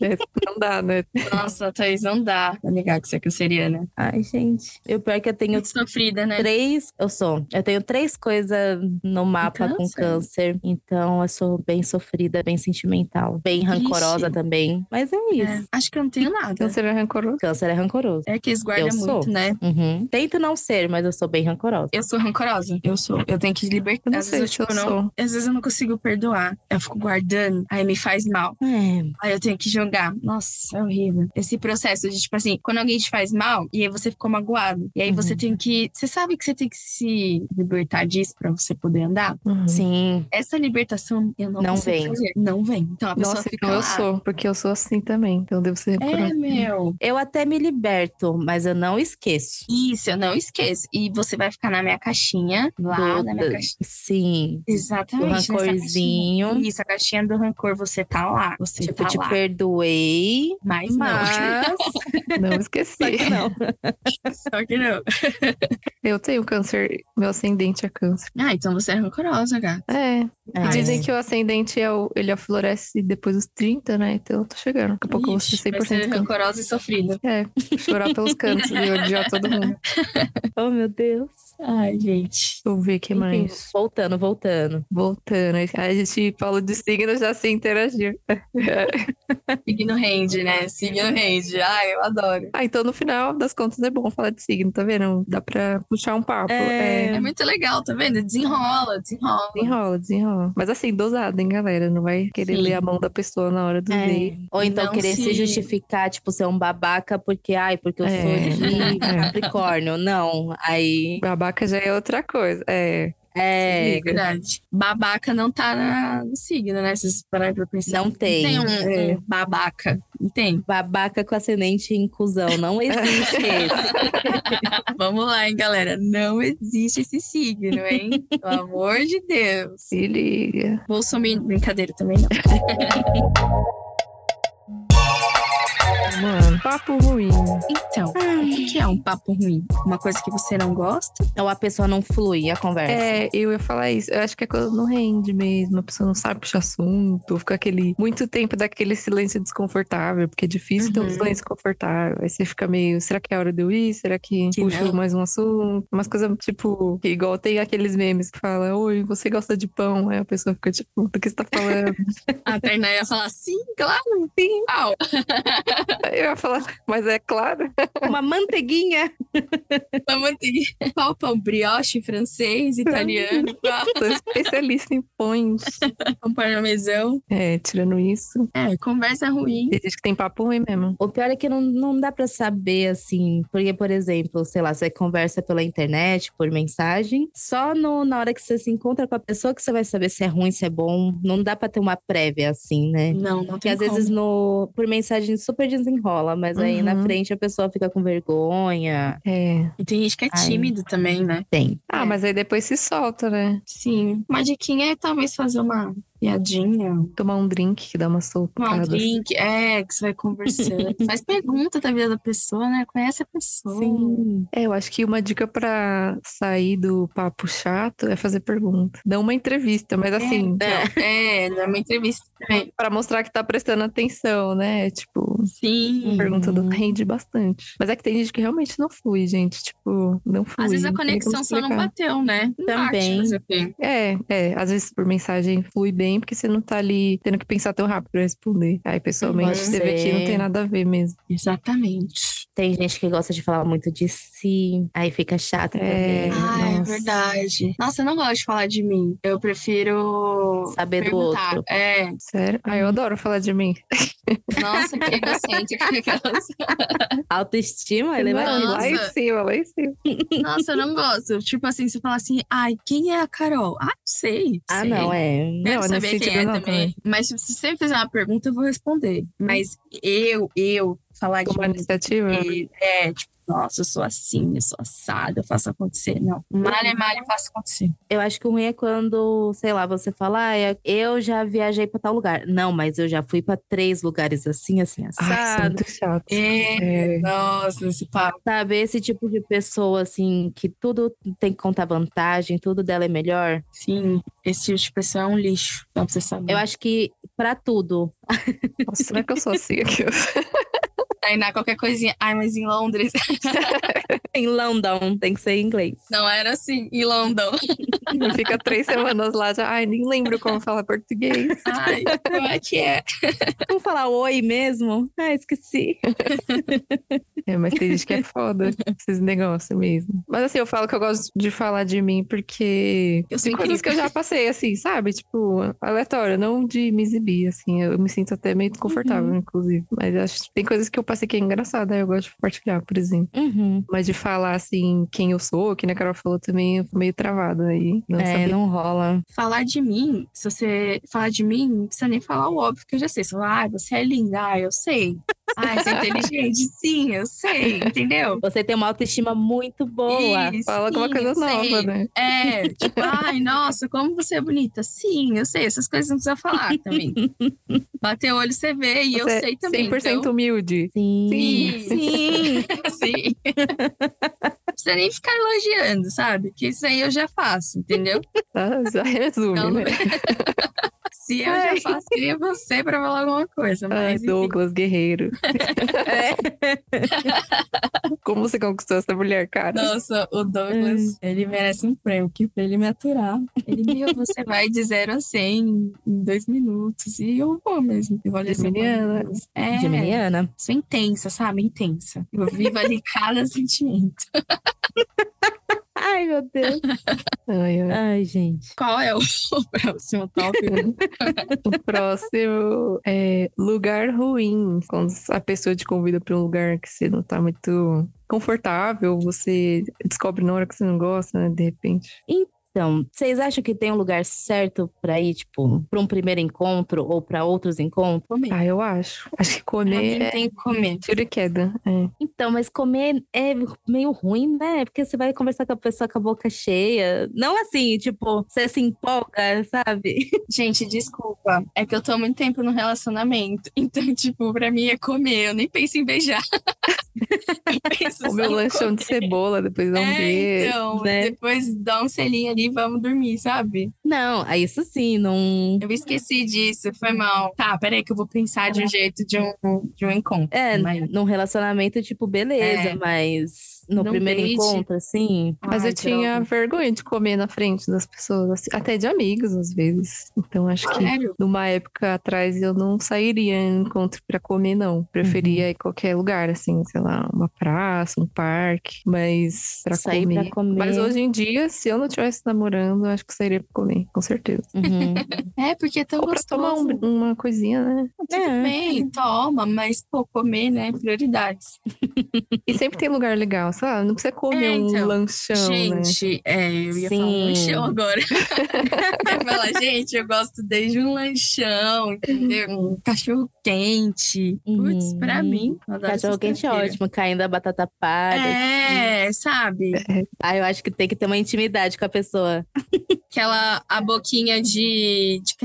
S3: É, não dá, né?
S2: Nossa, Thaís, não dá pra negar que você é canceriana.
S1: Ai, gente. Eu pior é que eu tenho
S2: Muito sofrida,
S3: É.
S2: né?
S1: três. Eu sou. Eu tenho três coisas no mapa com
S2: câncer?
S1: câncer. Então eu sou bem sofrida, bem sentimental, bem rancorosa
S2: Ixi.
S1: também. Mas é isso.
S2: É, acho que eu não tenho nada.
S3: Então seria rancoroso.
S1: Câncer é rancoroso.
S2: É que eles guardam
S1: Eu sou.
S2: muito, né?
S1: Uhum. Tento não ser, mas eu sou bem rancorosa.
S2: Eu sou rancorosa. Eu sou. Eu tenho que libertar.
S3: Eu não
S2: Às
S3: sei
S2: vezes
S3: se
S2: eu,
S3: eu
S2: tipo, não.
S3: sou.
S2: Às vezes eu não consigo perdoar. Eu fico guardando, aí me faz mal.
S1: É,
S2: Aí eu tenho que jogar. Nossa, é horrível. Esse processo de, tipo assim, quando alguém te faz mal e aí você ficou magoado. E aí você
S1: Uhum.
S2: tem que. Você sabe que você tem que se libertar disso pra você poder andar?
S3: Uhum.
S1: sim.
S2: Essa libertação eu não,
S1: Não
S2: consigo
S1: vem.
S2: fazer. Não vem. Então a pessoa
S3: Nossa,
S2: fica.
S3: então eu
S2: lá,
S3: sou, porque eu sou assim também. Então eu devo ser
S2: É,
S3: rancorosa.
S2: meu.
S1: Eu até me liberto, mas eu não esqueço.
S2: Isso, eu não esqueço. E você vai ficar na minha caixinha, lá
S1: Do-
S2: na minha
S1: do-
S2: caixinha.
S1: Sim.
S2: Exatamente.
S1: Do
S2: nessa caixinha.
S1: rancorzinho.
S2: Isso, a caixinha do rancor, você tá lá. Você
S1: Tipo,
S2: tá
S1: te
S2: lá.
S1: perdoei,
S2: Mas, não.
S1: mas.
S3: Não esqueci.
S1: Só que não.
S2: Só que não.
S3: Eu tenho câncer, meu ascendente é câncer.
S2: Ah, então você é rancorosa, gata.
S3: É.
S1: É.
S2: Ah,
S3: E dizem que o ascendente é o, ele aflorece depois dos 30, né? Então eu tô chegando. Daqui a pouco eu vou ser
S2: Ixi, vai ser
S3: 100% câncer.
S2: rancorosa e sofrida.
S3: É, chorar pelos cantos e odiar todo mundo.
S1: Oh, meu Deus.
S2: Ai, gente.
S3: Deixa eu ver o que
S1: Enfim,
S3: mais.
S1: voltando, voltando.
S3: Voltando, a gente falou de signos já se interagir.
S2: Signo rende, né? Signo rende. Ai, eu adoro.
S3: Ah, então no final das contas é bom falar de signo, tá vendo? Dá pra puxar um papo.
S1: É.
S3: É.
S2: É muito legal, tá vendo? Desenrola, desenrola.
S3: Desenrola, desenrola. Mas assim, dosado, hein, galera? Não vai querer
S2: Sim.
S3: ler a mão da pessoa na hora do
S1: É.
S3: date.
S1: Ou então
S2: Não
S1: querer se...
S2: se-
S1: justificar, tipo, ser um babaca, porque, ai, porque eu
S3: É,
S1: sou de
S3: não, é.
S1: Capricórnio. Não, aí.
S3: Babaca já é outra coisa. É.
S1: É.
S2: verdade. Babaca não tá na- no signo, né? Se vocês pararem pra pensar.
S1: Não tem.
S2: Tem um, um babaca. Não tem.
S1: Babaca com ascendente em inclusão. Não existe esse.
S2: Ah, Vamos lá, hein, galera. Não existe esse signo, hein? Pelo amor de Deus.
S3: Se liga.
S2: Vou sumir. Brincadeira também, não.
S3: Mano, papo ruim.
S2: Então, o que é um papo ruim? Uma coisa que você não gosta?
S1: Ou Então a pessoa não flui a conversa.
S3: É, eu ia falar isso. Eu acho que a coisa não rende mesmo. A pessoa não sabe puxar assunto. Fica aquele. Muito tempo daquele silêncio desconfortável. Porque é difícil ter um
S2: Uhum.
S3: silêncio confortável. Aí você fica meio. Será que é a hora de eu ir? Será que,
S2: Que
S3: puxo
S2: não.
S3: mais um assunto? Umas coisas tipo. que igual tem aqueles memes que fala: Oi, você gosta de pão? Aí a pessoa fica tipo: Do que você tá falando?
S2: A Tainá ia falar, sim, claro, sim. Au.
S3: Aí eu ia falar: Mas é claro.
S1: Uma manteiguinha.
S2: Tá manteiga. Qual pão? Brioche, francês, italiano, qual?
S3: Sou especialista em pães.
S2: pão parmesão.
S3: É, tirando isso.
S2: É, conversa ruim.
S3: Tem gente que tem papo ruim mesmo.
S1: O pior é que não, não dá pra saber, assim. Porque, por exemplo, sei lá, você conversa pela internet, por mensagem. Só no- na hora que você se encontra com a pessoa que você vai saber se é ruim, se é bom. Não dá pra ter uma prévia, assim, né?
S2: Não, não
S1: Que
S2: tem
S1: às vezes no, por mensagem super desenrola, mas aí na
S3: Uhum.
S1: frente a pessoa fica com vergonha.
S3: É.
S2: E tem gente que é
S1: Ai.
S2: tímido também, né?
S1: Tem.
S3: Ah,
S2: É.
S3: mas aí depois se solta, né?
S2: Sim. Uma diquinha é talvez fazer uma piadinha,
S3: Tomar um drink que dá uma soltada.
S2: tomar um drink. É, que você vai conversando. Faz pergunta da vida da pessoa, né? Conhece a pessoa.
S1: Sim.
S3: É, eu acho que uma dica pra sair do papo chato é fazer pergunta. Não uma entrevista, mas assim,
S2: É, numa entrevista também.
S3: pra mostrar que tá prestando atenção, né? Tipo,
S2: Sim.
S3: pergunta do
S1: Uhum.
S3: rende bastante. Mas é que tem gente que realmente não flui, gente. Tipo, não flui.
S2: Às vezes a
S3: não tem nem como
S2: conexão só não
S3: explicar.
S2: bateu, né?
S1: Também.
S2: Bate, mas
S3: É, é. Às vezes por mensagem flui bem, porque você não tá ali tendo que pensar tão rápido pra responder. Aí, pessoalmente,
S2: Pode
S3: você vê que não
S1: ser.
S3: tem nada a ver mesmo.
S2: Exatamente.
S1: Tem gente que gosta de falar muito de si, aí fica chato
S3: É.
S1: também.
S2: Ah, é
S3: nossa.
S2: verdade. Nossa, eu não gosto de falar de mim. Eu prefiro
S1: Saber do
S2: perguntar.
S1: outro.
S2: É.
S3: Sério? Ah, eu adoro falar de mim.
S2: Nossa, que é assim. egocêntrica.
S1: Autoestima, ele vai.
S3: Não, lá em
S2: Nossa.
S3: cima, lá em cima.
S2: Nossa, eu não gosto. Tipo assim, se eu falar assim, ai, quem é a Carol? Ah, não sei.
S1: Ah,
S2: sei.
S1: não, é.
S2: Quero
S3: Não,
S2: saber
S3: nesse
S2: quem
S3: sentido
S2: é
S3: não,
S2: também. Mas se você sempre fizer uma pergunta, eu vou responder. Mas eu, eu, falar de
S3: Tomar
S2: mim,
S3: iniciativa.
S2: E, é, tipo, nossa, eu sou assim, eu sou assada, eu faço acontecer. Não, malha é malha, eu faço acontecer.
S1: Eu acho que o ruim é quando, sei lá, você fala, ah, é- eu já viajei pra tal lugar. Não, mas eu já fui pra três lugares assim, assim,
S3: Ai, isso é
S1: assado.
S3: muito chato.
S2: É,
S3: É.
S2: nossa, esse papo.
S1: Sabe, esse tipo de pessoa, assim, que tudo tem que contar vantagem, tudo dela é melhor.
S2: Sim, esse tipo de pessoa é um lixo, só pra
S1: Uhum.
S2: você saber.
S1: Eu acho que pra tudo.
S3: Nossa, será que eu sou assim aqui?
S2: Tainá, qualquer coisinha. Ai, mas em Londres.
S1: em London, tem que ser em inglês.
S2: Não era assim, em London.
S3: Fica três semanas lá já. Ai, nem lembro como falar português.
S2: Ai, como é que é?
S1: Vamos falar oi mesmo? Ah, esqueci.
S3: É, mas tem gente que é foda esses negócios mesmo. Mas assim, eu falo que eu gosto de falar de mim porque
S2: Eu
S3: tem
S2: sou
S3: coisas
S2: incrível.
S3: que eu já passei, assim, sabe? Tipo, aleatório, não de me exibir, assim. Eu me sinto até meio desconfortável,
S2: Uhum.
S3: inclusive. Mas acho tem coisas que eu passei que é engraçada, eu gosto de compartilhar, por exemplo.
S1: Uhum.
S3: Mas de falar, assim, quem eu sou, que a Carol falou também, eu fico meio travada aí. Não
S1: É,
S3: sabia.
S1: não rola.
S2: Falar de mim, se você falar de mim, não precisa nem falar o óbvio que eu já sei. Você fala, ai, você é linda, ai, eu sei. Ai, você é inteligente, sim, eu sei, entendeu?
S1: Você tem uma autoestima muito boa.
S2: Isso,
S3: Fala alguma
S2: sim,
S3: coisa
S2: eu sei.
S3: nova, né?
S2: É, tipo, ai, nossa, como você é bonita. Sim, eu sei, essas coisas não precisa falar também. Bater o olho, você vê, e eu
S3: Você é
S2: sei também.
S3: 100%
S2: então-
S3: humilde.
S1: Sim.
S2: Sim, sim, sim. Não precisa nem ficar elogiando, sabe? Que isso aí eu já faço, entendeu?
S3: Tá? Já resume,
S2: Então,
S3: né?
S2: Se eu
S1: Ai.
S2: já faço, quem é você pra falar alguma coisa?
S3: Ai,
S2: Mas, enfim.
S3: Ah, Douglas Guerreiro.
S1: É.
S3: Como você conquistou essa mulher, cara?
S2: Nossa, o
S3: Hum.
S2: Douglas, ele merece um prêmio, que pra ele me aturar. Ele, meu, você vai de 0 a 100 em dois minutos. E eu vou mesmo. Eu olhei assim,
S3: Geminiana.
S2: "Meu Deus." É,
S1: De Mariana.
S2: sou intensa, sabe? Intensa. Eu vivo ali cada sentimento.
S1: Ai, meu Deus.
S3: Ai, ai.
S1: Ai, gente.
S2: Qual é o próximo tópico?
S3: O próximo é lugar ruim. Quando a pessoa te convida para um lugar que você não tá muito confortável, você descobre na hora que você não gosta, né? De repente.
S1: Então, vocês acham que tem um lugar certo pra ir, tipo, pra um primeiro encontro ou pra outros encontros?
S2: Comer.
S3: Ah, eu acho. Acho que
S2: Pra
S3: comer
S2: mim
S3: é
S2: tem que comer.
S3: tiro e queda. É.
S1: Então, mas comer é meio ruim, né? Porque você vai conversar com a pessoa com a boca cheia. Não assim, tipo, você se empolga, sabe?
S2: Gente, desculpa. É que eu tô há muito tempo no relacionamento. Então, tipo, pra mim é comer. Eu nem penso em beijar. Eu penso
S3: Comer
S2: só
S3: um
S2: em
S3: lanchão de cebola, depois dá um
S2: É,
S3: beijo.
S2: então,
S1: né?
S2: depois dá um selinho ali e vamos dormir, sabe?
S1: Não, aí isso sim, não.
S2: Eu esqueci disso, foi mal. Tá, peraí que eu vou pensar
S3: Tá.
S2: de um jeito de um, de um encontro.
S1: É,
S2: Mas-
S1: num relacionamento, tipo, beleza,
S2: É.
S1: mas no
S2: Num
S1: primeiro
S2: date.
S1: encontro, assim.
S3: Mas
S2: Ai,
S3: eu tinha
S2: droga.
S3: vergonha de comer na frente das pessoas, assim, até de amigos às vezes. Então acho que
S2: Sério?
S3: numa época atrás eu não sairia em encontro pra comer, não.
S2: Uhum.
S3: Preferia ir em qualquer lugar, assim, sei lá, uma praça, um parque, mas pra
S1: sair
S3: comer.
S1: pra comer.
S3: Mas hoje em dia, se eu não estivesse namorando, eu acho que eu sairia pra comer, com certeza.
S1: Uhum.
S2: É, porque é tão
S3: Ou pra
S2: gostoso.
S3: tomar um- uma coisinha, né?
S1: É.
S2: Bem, toma, mas pô, comer, né? Prioridades.
S3: E sempre tem lugar legal, sei lá, não precisa comer
S2: É, então.
S3: um lanchão, né?
S2: gente, é, eu ia falar um
S1: Sim.
S2: lanchão agora. eu ia falar, gente, eu gosto desde um lanchão, entendeu? Um cachorro quente. Putz,
S1: Uhum.
S2: pra mim, eu adoro
S1: Cachorro quente é
S2: sexta-feira.
S1: ótimo, caindo a batata palha.
S2: É, sabe?
S1: Aí eu acho que tem que ter uma intimidade com a pessoa.
S2: Aquela a boquinha de, de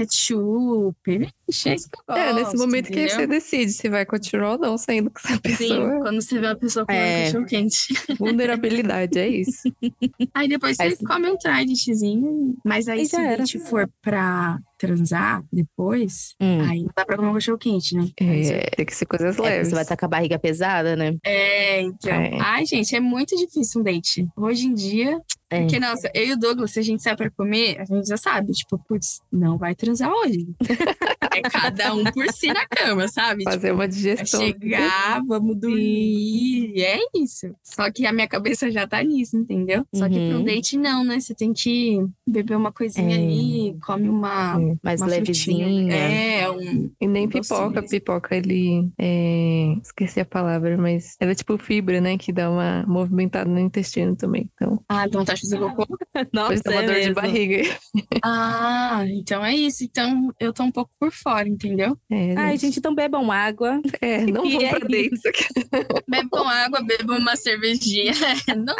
S2: ketchup. Ixi, é isso que eu gosto.
S3: É, nesse momento que você
S2: entendeu?
S3: decide se vai continuar ou não saindo com essa
S2: Sim,
S3: pessoa.
S2: quando você vê uma pessoa comendo
S1: É.
S2: cachorro quente.
S3: Vulnerabilidade, é isso.
S2: Aí depois
S1: Aí
S2: você
S1: sim.
S2: come um tridentzinho. Mas aí,
S1: Aí
S2: se
S1: já
S2: a
S1: era.
S2: gente for pra transar depois,
S1: Hum.
S2: aí não dá pra comer um cachorro quente, né? Aí você-
S3: É, tem que ser
S1: É,
S3: coisas
S1: porque
S3: leves.
S1: você vai estar com a barriga pesada, né?
S2: É, então.
S3: É.
S2: Ai, gente, é muito difícil um date. Hoje em dia.
S1: É.
S2: Porque, nossa, eu e o Douglas, se a gente sai pra comer, a gente já sabe. Tipo, putz, não vai transar hoje. é cada um por si na cama, sabe?
S3: Fazer uma
S2: É
S3: digestão.
S2: chegar, vamos dormir, e é isso. Só que a minha cabeça já tá nisso, entendeu? Só que pra
S1: Uhum.
S2: um date não, né? Você tem que beber uma coisinha
S1: É.
S2: ali, come uma,
S1: Mais
S2: uma frutinha.
S1: levezinha.
S2: É, um...
S3: E nem
S2: Doce
S3: pipoca,
S2: mesmo.
S3: pipoca ele. é, Esqueci a palavra, mas ela é tipo fibra, né? Que dá uma movimentada no intestino também. Então,
S2: Ah, dá vontade de fazer cocô?
S1: Nossa,
S3: pode dar uma
S1: é
S3: dor de
S1: mesmo.
S3: barriga.
S2: Ah, então é isso. Então eu tô um pouco por fora, entendeu?
S3: É,
S1: Ai, gente, então bebam água.
S3: é, não
S1: e
S3: vão
S1: é
S3: pra dates aqui.
S2: Bebam água, bebam uma cervejinha. Não,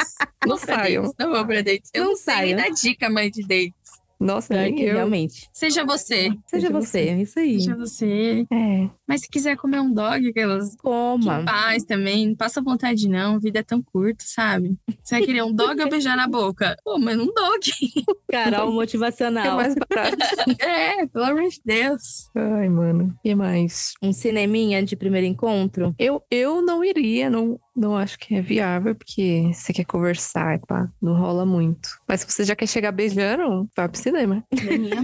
S3: Não
S2: vou pra
S3: saiam.
S2: dates, Não vou pra dates. Eu
S1: Não
S2: não, sei
S1: saiam.
S2: nem dar dica, mãe de date.
S3: Nossa,
S1: Pior
S3: nem
S1: que
S3: eu.
S1: Tá realmente.
S2: Seja você.
S1: Seja
S3: Seja
S1: você, é isso aí.
S2: Seja você.
S3: É,
S2: Mas se quiser comer um dog, aquelas
S1: Coma.
S2: que paz também, não passa vontade não, vida é tão curta, sabe? Você vai querer um dog ou beijar na boca? Pô, mas um dog.
S1: Carol
S3: É
S1: motivacional.
S3: mais barato.
S2: É, pelo amor de Deus.
S3: Ai, mano. E mais?
S1: Um cineminha de primeiro encontro?
S3: Eu, eu não iria, não, não acho que é viável, porque você quer conversar, pá, não rola muito. Mas se você já quer chegar beijando, vai pro cinema.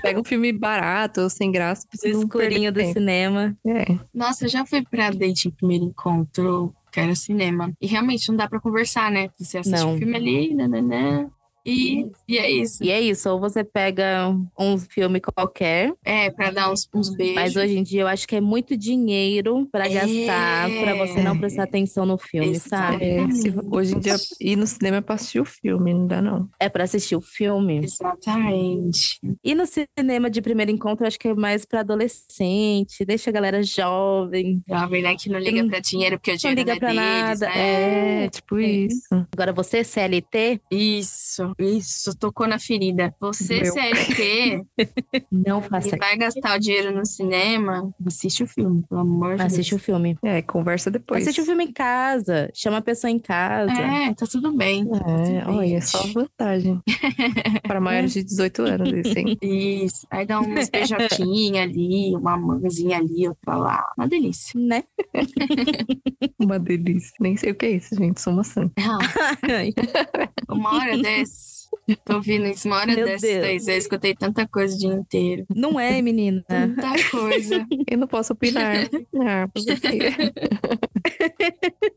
S3: Pega um filme barato ou sem graça, pra
S1: O
S3: você não
S1: escurinho do
S3: perder tempo.
S1: cinema.
S3: É.
S2: Nossa, eu já fui pra date em primeiro encontro, que era cinema. E realmente não dá pra conversar, né? Você assiste
S1: Não.
S2: o filme ali, nananã. E, e é isso.
S1: E é isso, ou você pega um filme qualquer,
S2: É, pra dar uns, uns beijos.
S1: mas hoje em dia eu acho que é muito dinheiro pra
S2: É.
S1: gastar, pra você não prestar atenção no filme,
S2: Exato.
S1: sabe?
S3: É, se- hoje em dia, ir no cinema é pra assistir o filme, não dá não.
S1: É pra assistir o filme.
S2: Exatamente.
S1: E no cinema de primeiro encontro, eu acho que é mais pra adolescente, deixa a galera jovem.
S2: É uma verdade que não liga
S1: Não-
S2: pra dinheiro, porque o dinheiro
S1: liga
S2: não é
S1: pra
S2: deles,
S1: nada,
S2: né?
S3: É, tipo isso.
S1: Agora você, CLT,
S2: Isso, isso, tocou na ferida. Você,
S3: Doeu.
S2: CLT,
S1: não
S2: que
S1: faça.
S2: vai gastar o dinheiro no cinema, assiste o filme, pelo amor de
S1: Assiste o
S2: Deus.
S1: filme.
S3: É, conversa depois.
S1: Assiste o filme em casa, chama a pessoa em casa.
S2: É, tá tudo bem.
S3: É, olha, é só vantagem. Para maiores de 18 anos, assim.
S2: Isso. Aí dá umas beijoquinhas ali, uma mãozinha ali, outra lá. Uma delícia.
S1: Né?
S3: Uma delícia. Nem sei o que é isso, gente. Sou maçã.
S2: Ah, uma hora dessas. Tô ouvindo isso, uma hora
S1: Meu
S2: dessas,
S1: Deus.
S2: daí, Eu escutei tanta coisa o dia inteiro.
S1: Não é, menina?
S2: Tanta coisa.
S3: Eu não posso opinar. Ah, fazer o quê?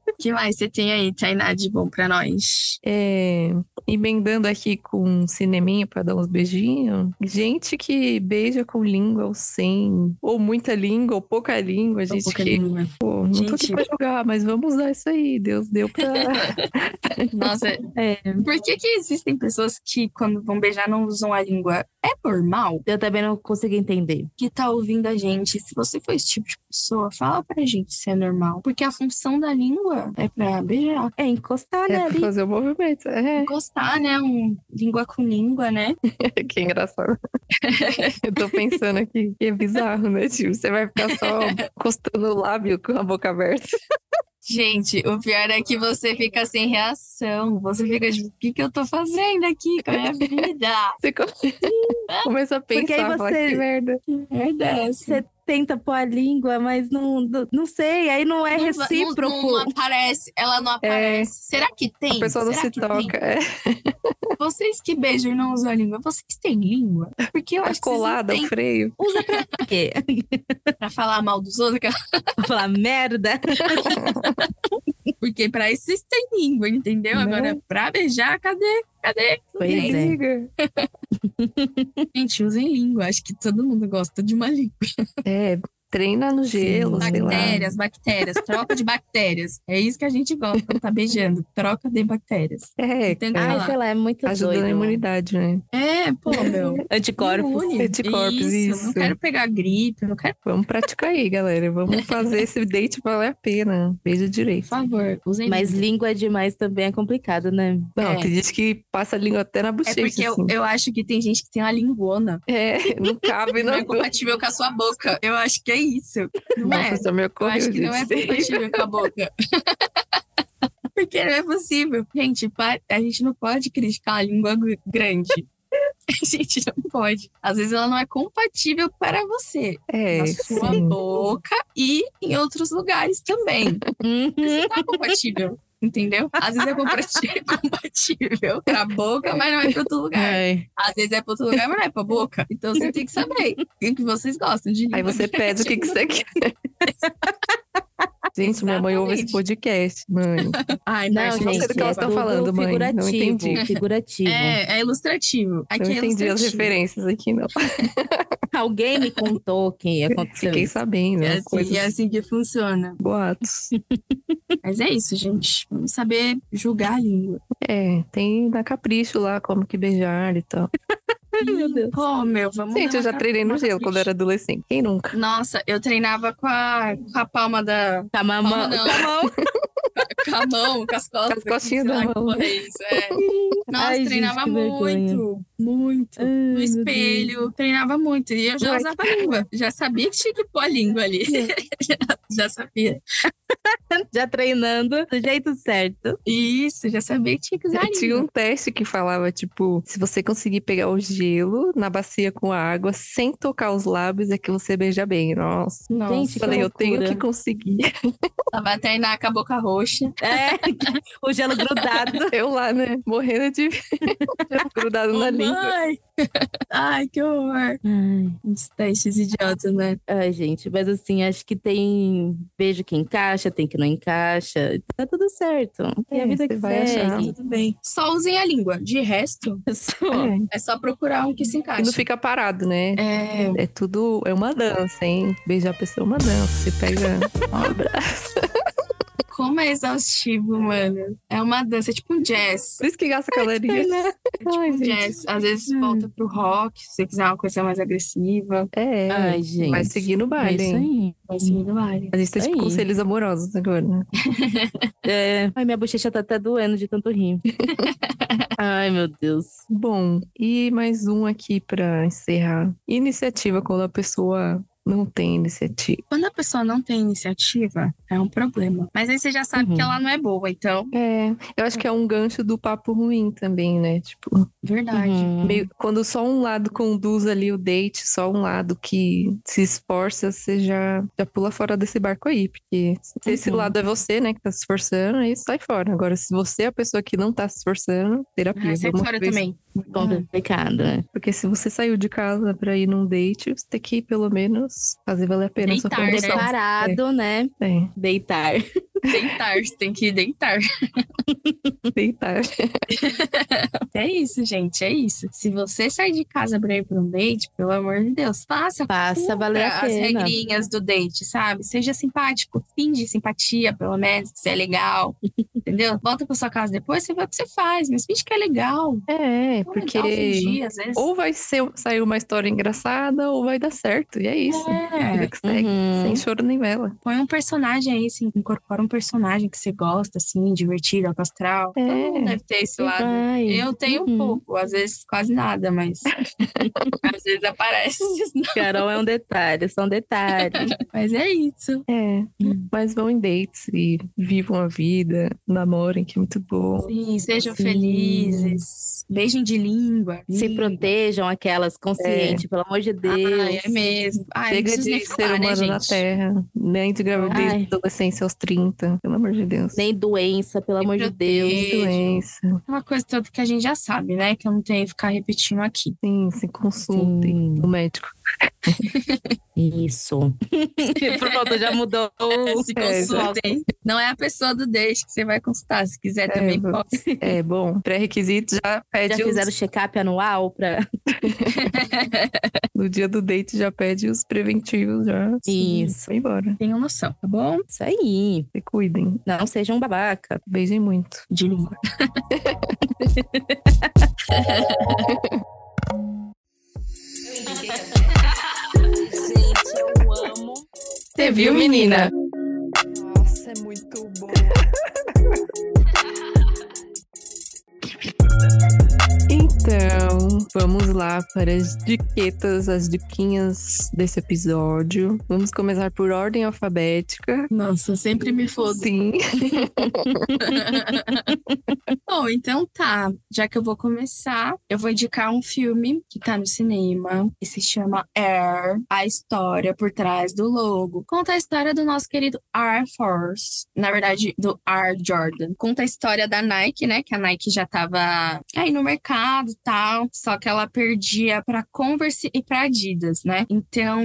S2: O que mais você tem aí, Tainá, de bom pra nós?
S3: É, emendando aqui com um cineminha para dar uns beijinhos. Gente que beija com língua ou sem. Ou muita língua, ou pouca língua.
S1: Um
S3: Gente
S2: Pouca
S3: que.
S2: língua.
S1: né?
S3: Pô, não tô
S2: Gente.
S3: aqui pra jogar, mas vamos usar isso aí. Deus deu pra.
S2: Nossa,
S1: É.
S2: por que que existem pessoas que quando vão beijar não usam a língua? É normal
S1: Eu também não consigo entender.
S2: que tá ouvindo a gente. Se você for esse tipo de pessoa, fala pra gente se é normal. Porque a função da língua é pra beijar.
S1: É encostar, né,
S3: É, pra
S1: ali.
S3: fazer o movimento. É,
S2: Encostar, né? Um língua com língua, né?
S3: que engraçado. Eu tô pensando aqui que é bizarro, né? Tipo, você vai ficar só encostando o lábio com a boca aberta.
S2: Gente, o pior é que você fica sem reação. Você fica tipo, o que que eu tô fazendo aqui com a minha vida?
S3: Você come- começa a
S1: Porque aí
S3: pensar, fala,
S1: você-
S3: que merda.
S2: É dessa.
S1: Você tenta pôr a língua, mas não, não sei, aí não é
S2: Não va-
S1: recíproco.
S2: Não, não aparece, ela não aparece. Será que tem?
S3: A pessoa não
S2: Será
S3: se
S2: que tem?
S3: toca. É,
S2: Vocês que beijam e não usam a língua, vocês têm língua? Porque eu
S3: tá
S2: acho que vocês não
S3: colada o
S2: têm
S3: freio.
S1: Usa pra quê?
S2: pra falar mal dos outros. cara.
S1: Falar merda.
S2: Porque pra isso vocês têm língua, entendeu?
S3: Né?
S2: Agora, pra beijar, cadê? Cadê?
S1: Pois é.
S3: Liga.
S2: Gente, usem língua. Acho que todo mundo gosta de uma língua.
S3: É, treina no gelo, sei lá.
S2: Bactérias, bactérias. Troca de bactérias. É isso que a gente gosta quando tá beijando. Troca de bactérias.
S3: É,
S2: Tem
S3: cara,
S1: Ai,
S2: lá.
S1: sei lá, é muito
S3: ajuda na
S1: doido.
S3: imunidade, né?
S2: É, pô, meu.
S1: Anticorpos.
S2: imune.
S3: Anticorpos,
S2: Não
S3: isso.
S2: quero pegar gripe, não quero.
S3: Vamos praticar aí, galera. Vamos fazer esse date valer a pena. Beijo
S2: Por
S3: direito.
S2: favor, usem
S1: Mas
S2: língua.
S1: língua demais também é complicado, né?
S3: Não,
S2: É.
S3: tem gente que passa a língua até na
S2: É
S3: bochecha.
S2: porque eu,
S3: assim.
S2: eu acho que tem gente que tem uma linguona.
S3: É, não cabe
S2: Não
S3: na
S2: é
S3: boca.
S2: compatível com a sua boca. Eu acho que é isso. Não é?
S3: Nossa, só me
S2: Eu
S3: ocorreu,
S2: acho que não é
S3: gente.
S2: compatível com a boca. Porque não é possível. Gente, pa- a gente não pode criticar a língua gr- grande. A gente não pode. Às vezes ela não é compatível para você.
S3: É,
S2: na sua
S3: sim.
S2: boca e em outros lugares também.
S1: Uhum.
S2: Não é compatível. Entendeu? Às vezes é compati- compatível pra boca, mas não é pra outro lugar.
S1: Ai.
S2: Às vezes é pra outro lugar, mas não é pra boca. Então você tem que saber o que vocês gostam de língua
S3: Aí você pede o que, que você quer. Gente, minha mãe ouve esse
S2: Exatamente.
S3: podcast,
S2: podcast.
S3: mãe.
S2: Ai,
S1: Não,
S2: Marcia,
S3: não sei
S1: gente,
S3: do que
S1: é
S3: elas tão
S1: tudo
S3: falando, mãe. Não
S1: Figurativo,
S3: entendi.
S1: figurativo.
S2: É, é ilustrativo. Aqui
S3: Não
S2: é
S3: entendi as
S2: ilustrativo.
S3: referências aqui, não.
S1: Alguém me contou que aconteceu.
S3: Fiquei
S1: isso.
S3: sabendo,
S2: É
S3: né?
S2: assim,
S3: Coisas
S2: é assim que funciona.
S3: boatos.
S2: Mas é isso, gente. Vamos saber julgar a língua.
S3: É, tem na capricho lá como que beijar e tal.
S1: Ai, meu Deus.
S2: Pô, meu, vamos
S3: Gente,
S2: dar
S3: eu já
S2: uma-
S3: treinei no
S2: uma
S3: gelo quando eu era adolescente. Quem nunca?
S2: Nossa, eu treinava com a, com a palma da.
S1: Com a
S2: Palma
S1: mamão.
S2: não.
S1: com a mão.
S2: Com com a mão, com as costas.
S3: Com as costinhas
S2: sei
S3: da
S2: lá que
S3: mão.
S2: porra é isso, é. Nossa,
S1: Ai, gente,
S2: treinava
S1: que vergonha.
S2: muito, muito. No
S1: meu
S2: espelho, treinava muito. E eu já
S3: Ai,
S2: usava a língua. Já sabia que tinha que pôr a língua ali.
S3: É.
S2: já, já sabia.
S1: Já treinando do jeito certo.
S2: Isso, já sabia que tinha que usar a
S3: Tinha
S2: língua.
S3: um teste que falava, tipo, se você conseguir pegar o gelo na bacia com a água sem tocar os lábios, é que você beija bem. Nossa.
S2: Nossa,
S1: Gente,
S3: um Falei, eu tenho
S1: loucura.
S3: que conseguir.
S2: vai treinar com a boca roxa.
S1: É, o gelo grudado.
S3: Eu lá, né? Morrendo de gelo grudado na
S2: Ô,
S3: língua.
S2: mãe! Ai, que horror.
S1: Ai,
S2: Uns testes idiotas, né?
S1: ai, gente, mas assim, acho que tem beijo que encaixa, tem que não encaixa. Tá tudo certo. E a
S3: É,
S1: vida
S3: você
S1: que
S3: vai
S2: Tá
S1: segue.
S2: tudo bem. Só usem a língua. De resto,
S1: Só.
S3: É.
S2: é só procurar um que se
S3: E não
S2: encaixe.
S3: fica parado, né?
S2: É,
S3: É tudo, é uma dança, hein? Beijar a pessoa é uma dança. Você pega um abraço.
S2: como é exaustivo, mano. É uma dança, é tipo um jazz.
S3: Por isso que gasta caloria.
S1: né?
S2: É tipo
S3: Ai,
S2: um
S3: gente.
S2: jazz. Às vezes
S1: Hum.
S2: volta pro rock, se você quiser uma coisa mais agressiva.
S3: É,
S1: Ai, gente.
S3: vai seguir no
S1: É
S3: baile,
S1: isso
S3: hein?
S1: aí. É
S2: Vai seguir do baile.
S3: A gente tem
S1: Isso
S3: tipo,
S1: aí.
S3: conselhos amorosos agora. né?
S1: É. Ai, minha bochecha tá até doendo de tanto rir. Ai, meu Deus.
S3: Bom, e mais um aqui pra encerrar. Iniciativa, quando a pessoa não tem iniciativa.
S2: Quando a pessoa não tem iniciativa, é um problema. Mas aí você já sabe
S1: Uhum.
S2: que ela não é boa, então.
S3: É, eu acho que é um gancho do papo ruim também, né? Tipo,
S2: Verdade.
S1: Uhum.
S3: meio- quando só um lado conduz ali o date, só um lado que se esforça, você já, já pula fora desse barco aí. Porque se esse
S1: Uhum.
S3: lado é você, né, que tá se esforçando, aí sai fora. Agora, se você é a pessoa que não tá se esforçando, terapia.
S2: Ah, sai
S3: vamos
S2: fora
S3: ver isso.
S2: também.
S1: Complicado, né?
S3: Porque se você saiu de casa pra ir num date, você tem que pelo menos fazer valer a pena a sua
S2: Deitar, né?
S3: condição.
S1: Preparado, né?
S3: É,
S1: Deitar.
S2: Deitar, você tem que deitar.
S3: deitar.
S2: É isso, gente, é isso. Se você sair de casa pra ir pra um date, pelo amor de Deus, faça
S1: Passa a valer a
S2: as
S1: pena.
S2: regrinhas do date, sabe? Seja simpático, finge simpatia, pelo menos, se é legal, entendeu? Volta pra sua casa depois, você vê o que você faz, mas finge que é legal.
S3: É,
S2: É legal
S3: porque
S2: fingir, às vezes.
S3: ou vai ser, um, sair uma história engraçada ou vai dar certo. E é isso. Vida
S2: É,
S3: que segue.
S1: Uhum.
S3: Sem choro nem vela.
S2: põe um personagem aí, assim, incorpora um personagem que você gosta, assim, divertido, alto astral.
S3: É.
S2: Todo mundo deve ter esse lado.
S1: Vai.
S2: Eu tenho um
S1: Uhum.
S2: pouco, às vezes quase nada, mas às vezes aparece.
S1: Carol é um detalhe, são detalhes.
S2: Mas é isso.
S3: É.
S2: Uhum.
S3: Mas vão em dates e vivam a vida, namorem, que é muito bom.
S2: Sim, sejam
S1: Sim.
S2: felizes. Beijem de língua.
S1: Se
S2: Ih,
S1: protejam aquelas conscientes, pelo amor de Deus.
S2: Ai, é mesmo. Ai, não
S3: Chega
S2: preciso
S3: de
S2: nem
S3: ser
S2: falar, né,
S3: humano na
S2: gente?
S3: Terra, nem de gravidez,
S1: Ai.
S3: adolescência aos 30, pelo amor de Deus.
S1: Nem doença, pelo amor de Deus.
S2: protege.
S3: doença.
S2: Uma coisa toda que a gente já sabe, né? Que eu não tenho que ficar repetindo aqui.
S3: Sim, se consultem
S1: Sim.
S3: o médico.
S1: Isso. Pronto, já mudou.
S2: Se
S3: É,
S2: consultem. Não é a pessoa do deixe que você vai consultar. Se quiser também,
S3: vou-
S2: pode.
S3: É bom, pré-requisito já
S1: Já
S3: pede os-
S1: fizeram check-up anual pra.
S3: no dia do date já pede os preventivos já.
S2: Sim.
S1: Isso.
S3: Vai embora.
S2: Tenham noção, tá bom?
S1: Isso aí.
S3: Se cuidem.
S1: Não sejam babaca.
S3: Beijem muito.
S2: De língua.
S1: Gente, eu amo.
S3: Você
S2: viu, menina?
S3: Nossa, é muito bom. Então, vamos lá para as diquetas, as diquinhas desse episódio. Vamos começar por ordem alfabética.
S2: Nossa, eu sempre me fodo.
S3: Sim.
S2: Bom, então tá. Já que eu vou começar, eu vou indicar um filme que tá no cinema e se chama Air, a história por trás do logo. Conta a história do nosso querido Air Force, na verdade, do Air Jordan. Conta a história da Nike, né? Que a Nike já tava aí no mercado e tal, só que ela perdia pra Converse e pra Adidas, né? Então,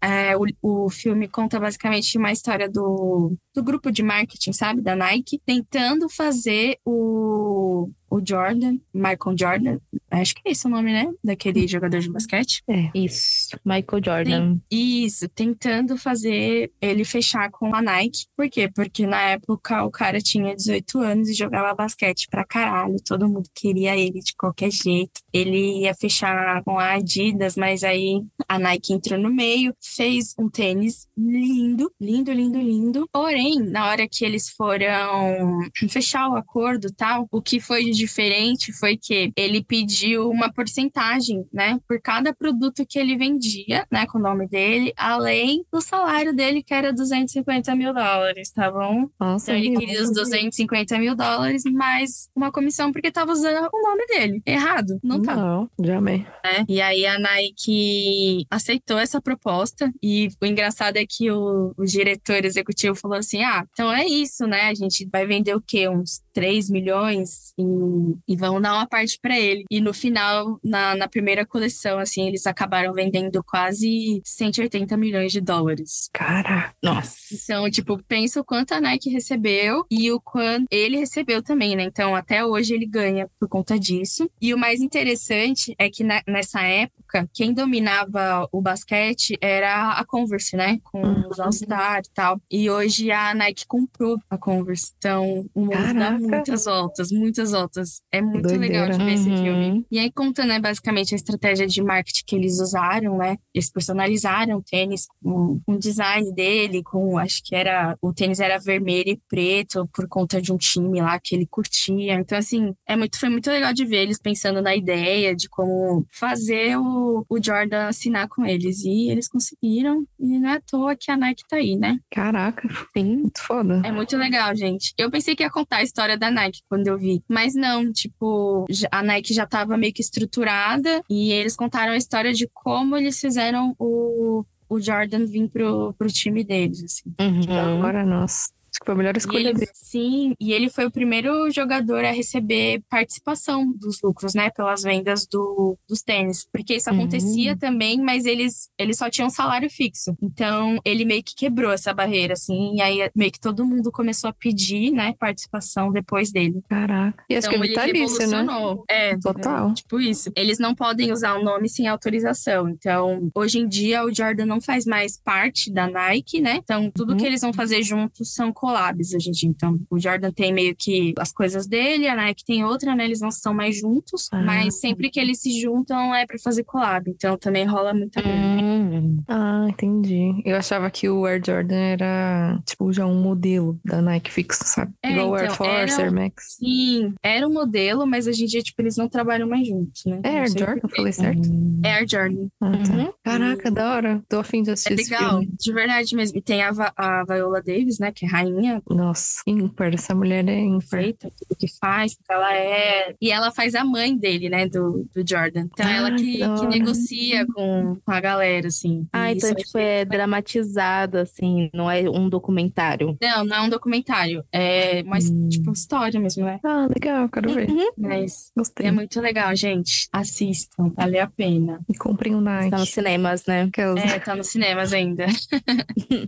S2: é, o, o filme conta basicamente uma história do do grupo de marketing, sabe, da Nike, tentando fazer o o Jordan, Michael Jordan, acho que é esse o nome, né? Daquele jogador de basquete.
S1: Isso, Michael Jordan.
S2: Isso, tentando fazer ele fechar com a Nike. Por quê? Porque na época o cara tinha 18 anos e jogava basquete pra caralho. Todo mundo queria ele de qualquer jeito. Ele ia fechar com a Adidas, mas aí a Nike entrou no meio, fez um tênis lindo, lindo, lindo, lindo. Porém, na hora que eles foram fechar o acordo e tal, o que foi de diferente foi que ele pediu uma porcentagem, né, por cada produto que ele vendia, né, com o nome dele, além do salário dele, que era 250 mil dólares, tá bom?
S3: Nossa,
S2: Então ele
S3: gente,
S2: queria os 250 mil dólares mais uma comissão, porque tava usando o nome dele. Errado, não tá.
S3: Não, jamais.
S2: né? E aí a Nike aceitou essa proposta. E o engraçado é que o, o diretor executivo falou assim: ah, então é isso, né? A gente vai vender o quê? Uns 3 milhões e, e vão dar uma parte pra ele. E no final, na, na primeira coleção, assim, eles acabaram vendendo quase 180 milhões de dólares.
S3: Cara,
S1: Nossa.
S2: Então, tipo, pensa o quanto a Nike recebeu e o quanto ele recebeu também, né? Então, até hoje ele ganha por conta disso. E o mais interessante é que na- nessa época, quem dominava o basquete era a Converse, né? Com os All-Star e tal. E hoje a Nike comprou a Converse. Então, o mundo dá
S3: Caraca.
S2: muitas voltas, muitas voltas. É muito
S3: doideira.
S2: legal de ver esse
S1: Uhum.
S2: filme. E aí conta, né, basicamente a estratégia de marketing que eles usaram, né? Eles personalizaram o tênis com com o design dele, com acho que era o tênis era vermelho e preto por conta de um time lá que ele curtia. Então assim, é muito foi muito legal de ver eles pensando na ideia de como fazer o, o Jordan assinar com eles e eles conseguiram. E não é à toa que a Nike tá aí, né?
S3: caraca,
S1: Sim.
S3: muito foda.
S2: É muito legal, gente. Eu pensei que ia contar a história da Nike quando eu vi. Mas não, tipo, já- a Nike já tava meio que estruturada e eles contaram a história de como eles fizeram o, o Jordan vir pro, pro time deles, assim.
S1: Uhum.
S3: Agora, nossa. Acho que foi a melhor
S2: E
S3: escolha
S2: ele,
S3: dele.
S2: sim, e ele foi o primeiro jogador a receber participação dos lucros, né? Pelas vendas do, dos tênis. Porque isso
S1: Uhum.
S2: acontecia também, mas eles, eles só tinham salário fixo. Então, ele meio que quebrou essa barreira, assim. E aí, meio que todo mundo começou a pedir, né? Participação depois dele.
S3: Caraca. E acho
S2: então,
S3: que é
S2: ele
S3: vitalício, né?
S2: revolucionou. É,
S3: Total.
S2: Tipo isso. Eles não podem usar o nome sem autorização. Então, hoje em dia, o Jordan não faz mais parte da Nike, né? Então, tudo
S3: Uhum.
S2: que eles vão fazer juntos são collabs, a gente. Então, o Jordan tem meio que as coisas dele, a Nike tem outra, né? Eles não são mais juntos,
S3: Ah.
S2: mas sempre que eles se juntam é pra fazer collab. Então, também rola muita grana.
S1: Hum.
S3: Ah, entendi. Eu achava que o Air Jordan era, tipo, já um modelo da Nike fixo, sabe?
S2: É,
S3: Igual o Air
S2: então,
S3: Force,
S2: era
S3: Air Max.
S2: Sim, era um modelo, mas hoje em dia, tipo, eles não trabalham mais juntos, né?
S3: É
S2: Não
S3: Air
S2: sei
S3: Jordan?
S2: porquê.
S3: Falei certo?
S2: É Air Jordan.
S3: Ah, tá.
S1: Uhum.
S3: Caraca, da hora. Tô afim de assistir
S2: É
S3: esse
S2: legal,
S3: filme.
S2: de verdade mesmo. E tem a, Va- a Viola Davis, né? Que é rainha
S3: Nossa, ímpar. Essa mulher é ímpar.
S2: perfeita, tudo que faz, tudo que ela é. E ela faz a mãe dele, né, do, do Jordan. Então
S3: Ah,
S2: ela
S3: que
S2: que,
S3: da
S2: que
S3: hora.
S2: negocia com, com a galera, assim.
S1: Ah,
S2: E
S1: então,
S2: isso
S1: tipo, é dramatizado, assim, não é um documentário.
S2: Não, não é um documentário. É uma his-
S1: Hum. Uhum.
S2: tipo, história mesmo, né?
S3: Ah, legal. Quero ver.
S2: Mas
S3: Gostei.
S2: é muito legal, gente. Assistam, vale a pena.
S3: E comprem o
S1: Está nos
S3: Nike.
S1: cinemas, né?
S3: Aquelas
S2: É, tá nos cinemas ainda.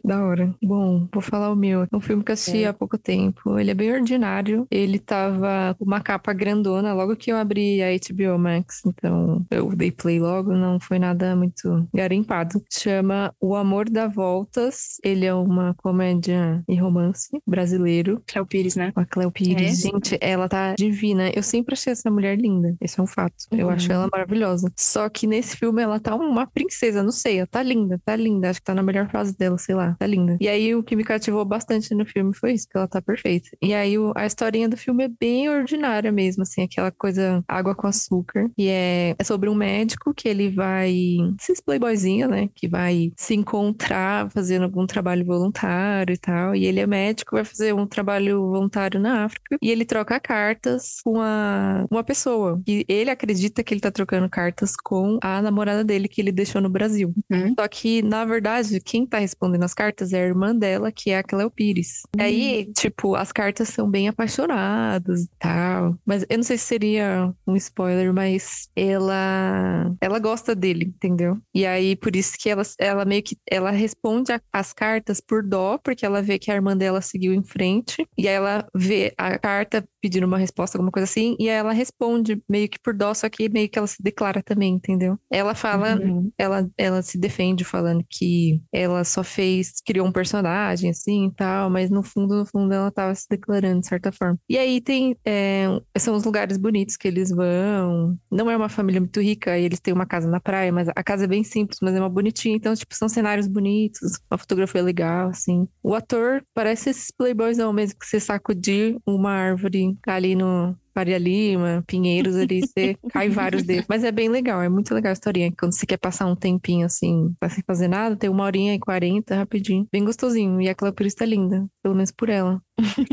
S3: da hora. Bom, vou falar o meu. É um filme que eu assisti
S1: É.
S3: há pouco tempo. Ele é bem ordinário. Ele tava com uma capa grandona logo que eu abri a HBO Max. Então eu dei play logo, não foi nada muito garimpado. Chama O Amor dá Voltas. Ele é uma comédia e romance brasileiro.
S2: Cléo Pires, né?
S3: Com a Cleo
S2: É
S3: Pires.
S2: essa?
S3: Gente, ela tá divina. Eu sempre achei essa mulher linda. Esse é um fato. Eu
S1: Uhum.
S3: acho ela maravilhosa. Só que nesse filme ela tá uma princesa, não sei. Ela tá linda, tá linda. Acho que tá na melhor fase dela, sei lá. Tá linda. E aí o que me cativou bastante no filme foi isso, que ela tá perfeita. E aí o- a historinha do filme é bem ordinária mesmo, assim, aquela coisa água com açúcar. E é, é sobre um médico que ele vai. Esses playboyzinho, né? Que vai se encontrar fazendo algum trabalho voluntário e tal. E ele é médico, vai fazer um trabalho voluntário na África. E ele troca cartas com a, uma pessoa. E ele acredita que ele tá trocando cartas com a namorada dele que ele deixou no Brasil.
S2: Uhum.
S3: Só que, na verdade, quem tá respondendo as cartas é a irmã dela, que é a Cleo Pires. E aí, tipo, as cartas são bem apaixonadas e tal. Mas eu não sei se seria um spoiler, mas ela ela gosta dele, entendeu? E aí, por isso que ela, ela meio que ela responde a- as cartas por dó, porque ela vê que a irmã dela seguiu em frente. E aí ela vê a carta pedindo uma resposta, alguma coisa assim, e aí ela responde meio que por dó, só que meio que ela se declara também, entendeu? Ela fala,
S1: Uhum.
S3: ela, ela se defende falando que ela só fez, criou um personagem assim e tal, mas no fundo, no fundo ela tava se declarando de certa forma. E aí tem, é, são os lugares bonitos que eles vão. Não é uma família muito rica, e eles têm uma casa na praia, mas a casa é bem simples, mas é uma bonitinha. Então, tipo, são cenários bonitos, uma fotografia legal, assim. O ator parece esses playboys não mesmo, que você sacudir uma árvore ali no. Faria Lima, Pinheiros ali, você cai vários deles. Mas é bem legal, é muito legal a historinha. Quando você quer passar um tempinho assim, tá sem fazer nada, tem uma horinha e quarenta, rapidinho. Bem gostosinho. E a Clamprista é linda, pelo menos por ela.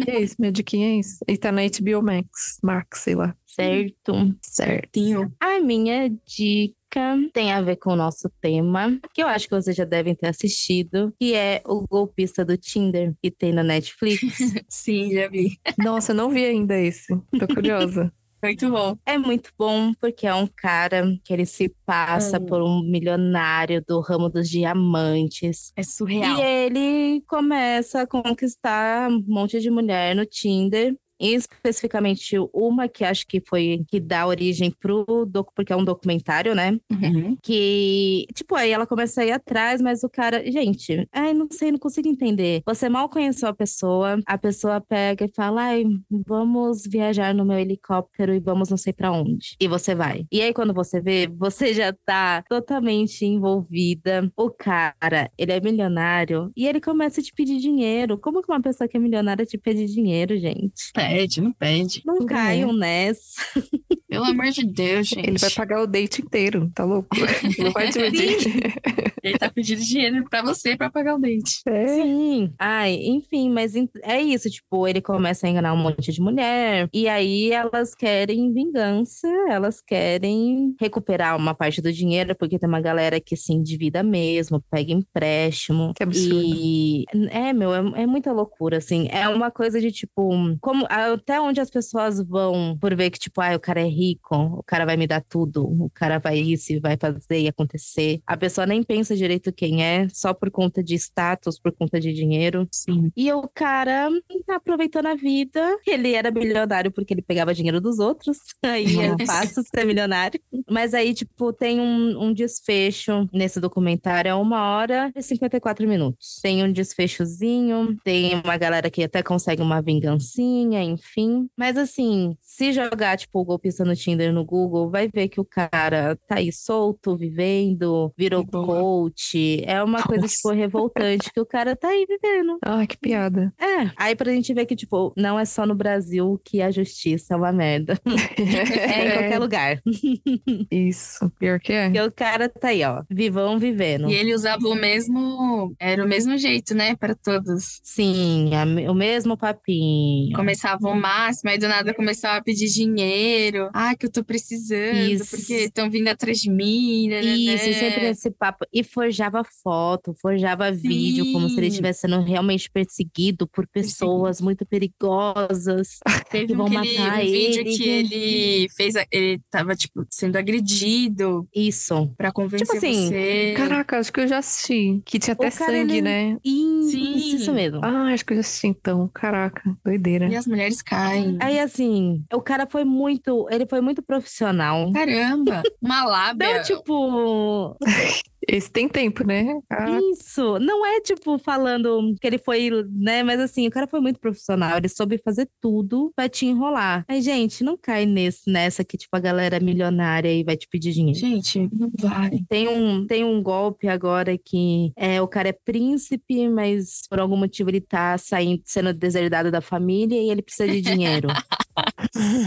S3: E é isso, minha diquinha é isso. E tá na HBO Max, Max, sei lá.
S1: Certo.
S3: Certo.
S2: Tinho.
S1: A minha dica tem a ver com o nosso tema, que eu acho que vocês já devem ter assistido, que é o golpista do Tinder, que tem na Netflix.
S2: Sim, já vi.
S3: Nossa, eu não vi ainda esse. Tô curiosa.
S2: Muito bom.
S1: É muito bom porque é um cara que ele se passa
S2: Hum.
S1: por um milionário do ramo dos diamantes.
S2: É surreal.
S1: E ele começa a conquistar um monte de mulher no Tinder. E especificamente uma que acho que foi que dá origem pro docu, porque é um documentário, né?
S2: Uhum.
S1: Que, tipo, aí ela começa a ir atrás, mas o cara, gente, ai, não sei, não consigo entender. Você mal conheceu a pessoa, a pessoa pega e fala, ai, vamos viajar no meu helicóptero e vamos não sei pra onde. E você vai. E aí, quando você vê, você já tá totalmente envolvida. O cara, ele é milionário e ele começa a te pedir dinheiro. Como que uma pessoa que é milionária te pede dinheiro, gente?
S2: Pede, não pede.
S1: Não
S3: Tudo
S1: caiam nessa.
S2: Pelo amor de Deus, gente.
S3: Ele vai pagar o date inteiro, tá louco? Não vai dividir.
S2: Ele tá pedindo dinheiro pra você pra pagar o dente.
S3: É.
S1: Sim. Ai, enfim, mas en- é isso. Tipo, ele começa a enganar um monte de mulher. E aí elas querem vingança, elas querem recuperar uma parte do dinheiro, porque tem uma galera que se endivida mesmo, pega empréstimo.
S3: Que absurdo.
S1: E é, meu, é, é muita loucura, assim. É uma coisa de tipo, como até onde as pessoas vão por ver que, tipo, ah, o cara é rico, o cara vai me dar tudo, o cara vai isso e vai fazer e acontecer. A pessoa nem pensa direito quem é, só por conta de status, por conta de dinheiro.
S2: Sim.
S1: E o cara tá aproveitando a vida. Ele era milionário porque ele pegava dinheiro dos outros. Aí é
S3: Nossa.
S1: fácil ser milionário. Mas aí, tipo, tem um, um desfecho nesse documentário. É uma hora e 54 minutos. Tem um desfechozinho, tem uma galera que até consegue uma vingancinha, enfim. Mas assim, se jogar, tipo, o golpista no Tinder no Google, vai ver que o cara tá aí solto, vivendo, virou
S2: Que boa.
S1: coach. É uma coisa,
S3: Nossa.
S1: tipo, revoltante que o cara tá aí vivendo.
S3: Ai, Ah, que piada.
S1: É, aí pra gente ver que, tipo, não é só no Brasil que a justiça é uma merda. É em qualquer lugar.
S3: Isso, pior que é.
S1: Porque o cara tá aí, ó, vivão vivendo.
S2: E ele usava o mesmo. Era o mesmo jeito, né? Pra todos.
S1: Sim, a me- o mesmo papinho.
S2: Começava o máximo, aí do nada começava a pedir dinheiro. Ah, que eu tô precisando,
S1: Isso.
S2: porque estão vindo atrás de mim. né, né,
S1: Isso, e
S2: né.
S1: sempre esse papo. E forjava foto, forjava vídeo, como se ele
S2: Sim.
S1: estivesse sendo realmente perseguido por pessoas muito perigosas.
S2: Teve
S1: que
S2: um,
S1: vão
S2: que ele-
S1: matar
S2: um vídeo
S1: ele,
S2: que
S1: que-
S2: ele fez. a- Ele tava, tipo, sendo agredido
S1: Isso.
S2: pra convencer
S1: assim,
S2: você.
S3: Caraca, acho que eu já assisti. Que tinha até
S1: O cara,
S3: sangue,
S1: ele-
S3: né?
S1: Isso,
S2: Sim.
S1: isso mesmo.
S3: Ah, acho que eu já assisti então. Caraca, doideira.
S2: E as mulheres caem.
S1: Aí, assim, o cara foi muito. Ele foi muito profissional.
S2: Caramba! Uma lábia.
S1: Então, tipo,
S3: Esse tem tempo, né? Ah,
S1: Isso, não é tipo falando que ele foi, né? Mas assim, o cara foi muito profissional, ele soube fazer tudo pra te enrolar. Aí, gente, não cai nesse, nessa que, tipo, a galera é milionária e vai te pedir dinheiro.
S2: Gente, não vai.
S1: Tem um, tem um golpe agora que é, o cara é príncipe, mas por algum motivo ele tá saindo, sendo deserdado da família e ele precisa de dinheiro.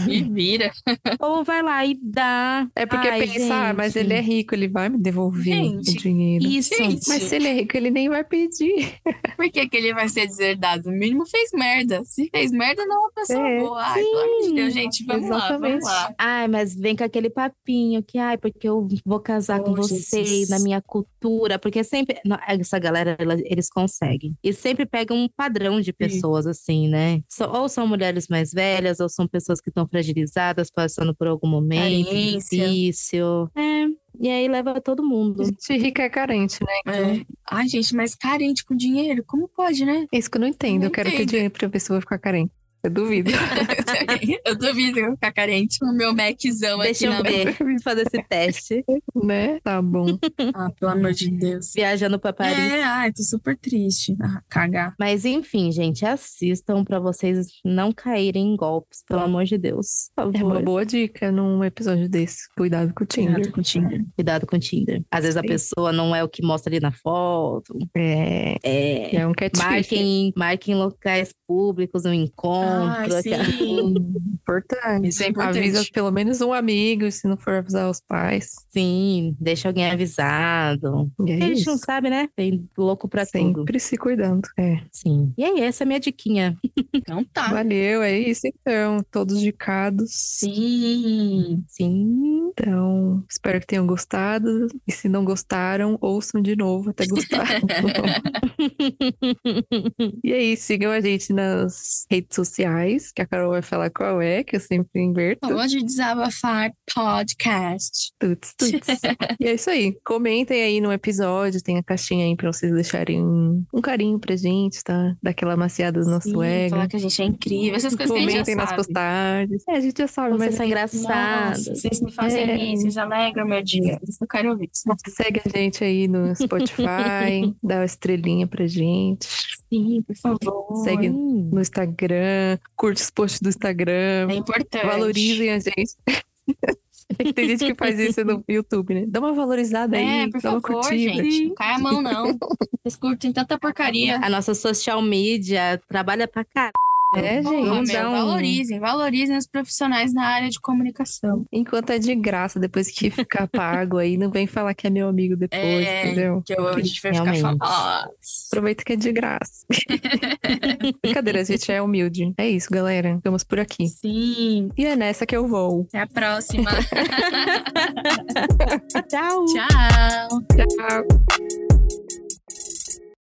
S2: Me vira.
S1: Ou vai lá e dá.
S3: é porque
S1: Ai,
S3: pensa, ah, mas
S1: gente.
S3: ele é rico, ele vai me devolver o
S2: Gente,
S3: dinheiro.
S1: Isso.
S2: Gente.
S3: Mas se ele é rico, ele nem vai pedir.
S2: Por que, que ele vai ser deserdado? No mínimo fez merda. Se fez merda, não é uma pessoa
S3: É,
S2: boa. Ai, pelo amor de Deus,
S1: sim,
S2: gente, vamos
S3: exatamente.
S2: lá, vamos lá.
S1: Ai, mas vem com aquele papinho que, ai, porque eu vou casar com
S2: Oh,
S1: você
S2: Jesus.
S1: na minha cultura, porque sempre. no- Essa galera, ela- eles conseguem. E sempre pegam um padrão de pessoas, assim, né? So- ou são mulheres mais velhas, ou são pessoas que estão fragilizadas, passando por algum momento
S2: Carência.
S1: difícil. É. E aí leva todo mundo.
S3: Gente rica é carente, né?
S2: É. Ai, gente, mas carente com dinheiro, como pode, né?
S3: É isso que eu não entendo.
S2: Não
S3: eu quero ter
S2: entendo.
S3: dinheiro pra pessoa ficar carente. Eu duvido.
S2: eu duvido eu ficar carente com o meu Maczão
S1: Deixa
S2: aqui
S1: eu
S2: na
S1: ver, fazer esse teste.
S3: né? Tá bom.
S2: Ah, pelo amor de Deus.
S1: Viajando pra Paris.
S2: É, ai, tô super triste. Ah, cagar.
S1: Mas enfim, gente, assistam pra vocês não caírem em golpes, pelo amor de Deus. Por
S3: É uma
S1: favor.
S3: boa dica num episódio desse. Cuidado com o Tinder.
S2: Cuidado com o Tinder.
S1: Cuidado com o Tinder. Às vezes a
S3: Sim.
S1: pessoa não é o que mostra ali na foto.
S3: É,
S1: É.
S3: é um catfish.
S1: Marquem, marquem locais públicos, um encontro.
S2: Ai,
S1: aquela-
S2: sim.
S3: Hum, Importante.
S2: Isso é importante.
S3: Avisa pelo menos um amigo, se não for avisar os pais.
S1: Sim, deixa alguém avisado.
S3: E é
S1: a gente não
S3: isso.
S1: sabe, né? Tem louco pra tudo.
S3: Sempre se cuidando. É.
S1: Sim. E aí, essa é a minha diquinha.
S2: Então tá.
S3: Valeu, é isso então. Todos dicados.
S2: Sim.
S1: Sim.
S3: Então, espero que tenham gostado. E se não gostaram, ouçam de novo até gostar. e aí, sigam a gente nas redes sociais, que a Carol vai falar qual é, que eu sempre inverto.
S2: Pode Então, desabafar podcast.
S3: Tuts, tuts. e é isso aí. Comentem aí no episódio, tem a caixinha aí pra vocês deixarem um carinho pra gente, tá? Daquela maciada na
S2: Sim,
S3: suega.
S2: Falar que a gente é incrível. Essas coisas que a gente
S3: Comentem
S2: já
S3: nas
S2: sabe.
S3: postagens. É, a gente já sabe,
S1: Vocês
S3: mas
S1: são engraçados.
S2: Nossa, vocês me fazem
S3: É.
S2: rir, vocês alegram meu dia. Isso eu quero ouvir.
S3: segue a gente aí no Spotify, dá uma estrelinha pra gente.
S2: Sim, por favor.
S3: Segue
S1: Sim.
S3: no Instagram, curte os posts do Instagram,
S2: É importante.
S3: valorizem a gente. Tem gente que faz isso no YouTube, né? Dá uma valorizada
S2: É,
S3: aí,
S2: por
S3: dá uma
S2: favor,
S3: curtida.
S2: gente. Não cai a mão, não. Vocês curtem tanta porcaria.
S1: A nossa social media trabalha pra caralho.
S3: É, gente,
S2: Porra,
S1: vamos
S2: meu,
S1: dar um-
S2: Valorizem, valorizem os profissionais na área de comunicação.
S3: Enquanto é de graça, depois que ficar pago aí, não vem falar que é meu amigo depois,
S2: É.
S3: entendeu?
S2: Que eu, a gente vai
S1: Realmente.
S2: ficar falando.
S3: Aproveita que é de graça. Brincadeira, a gente é humilde. É isso, galera. Ficamos por aqui.
S2: Sim,
S3: E é nessa que eu vou.
S2: até a próxima.
S1: Tchau.
S3: um
S2: Tchau.
S3: Tchau.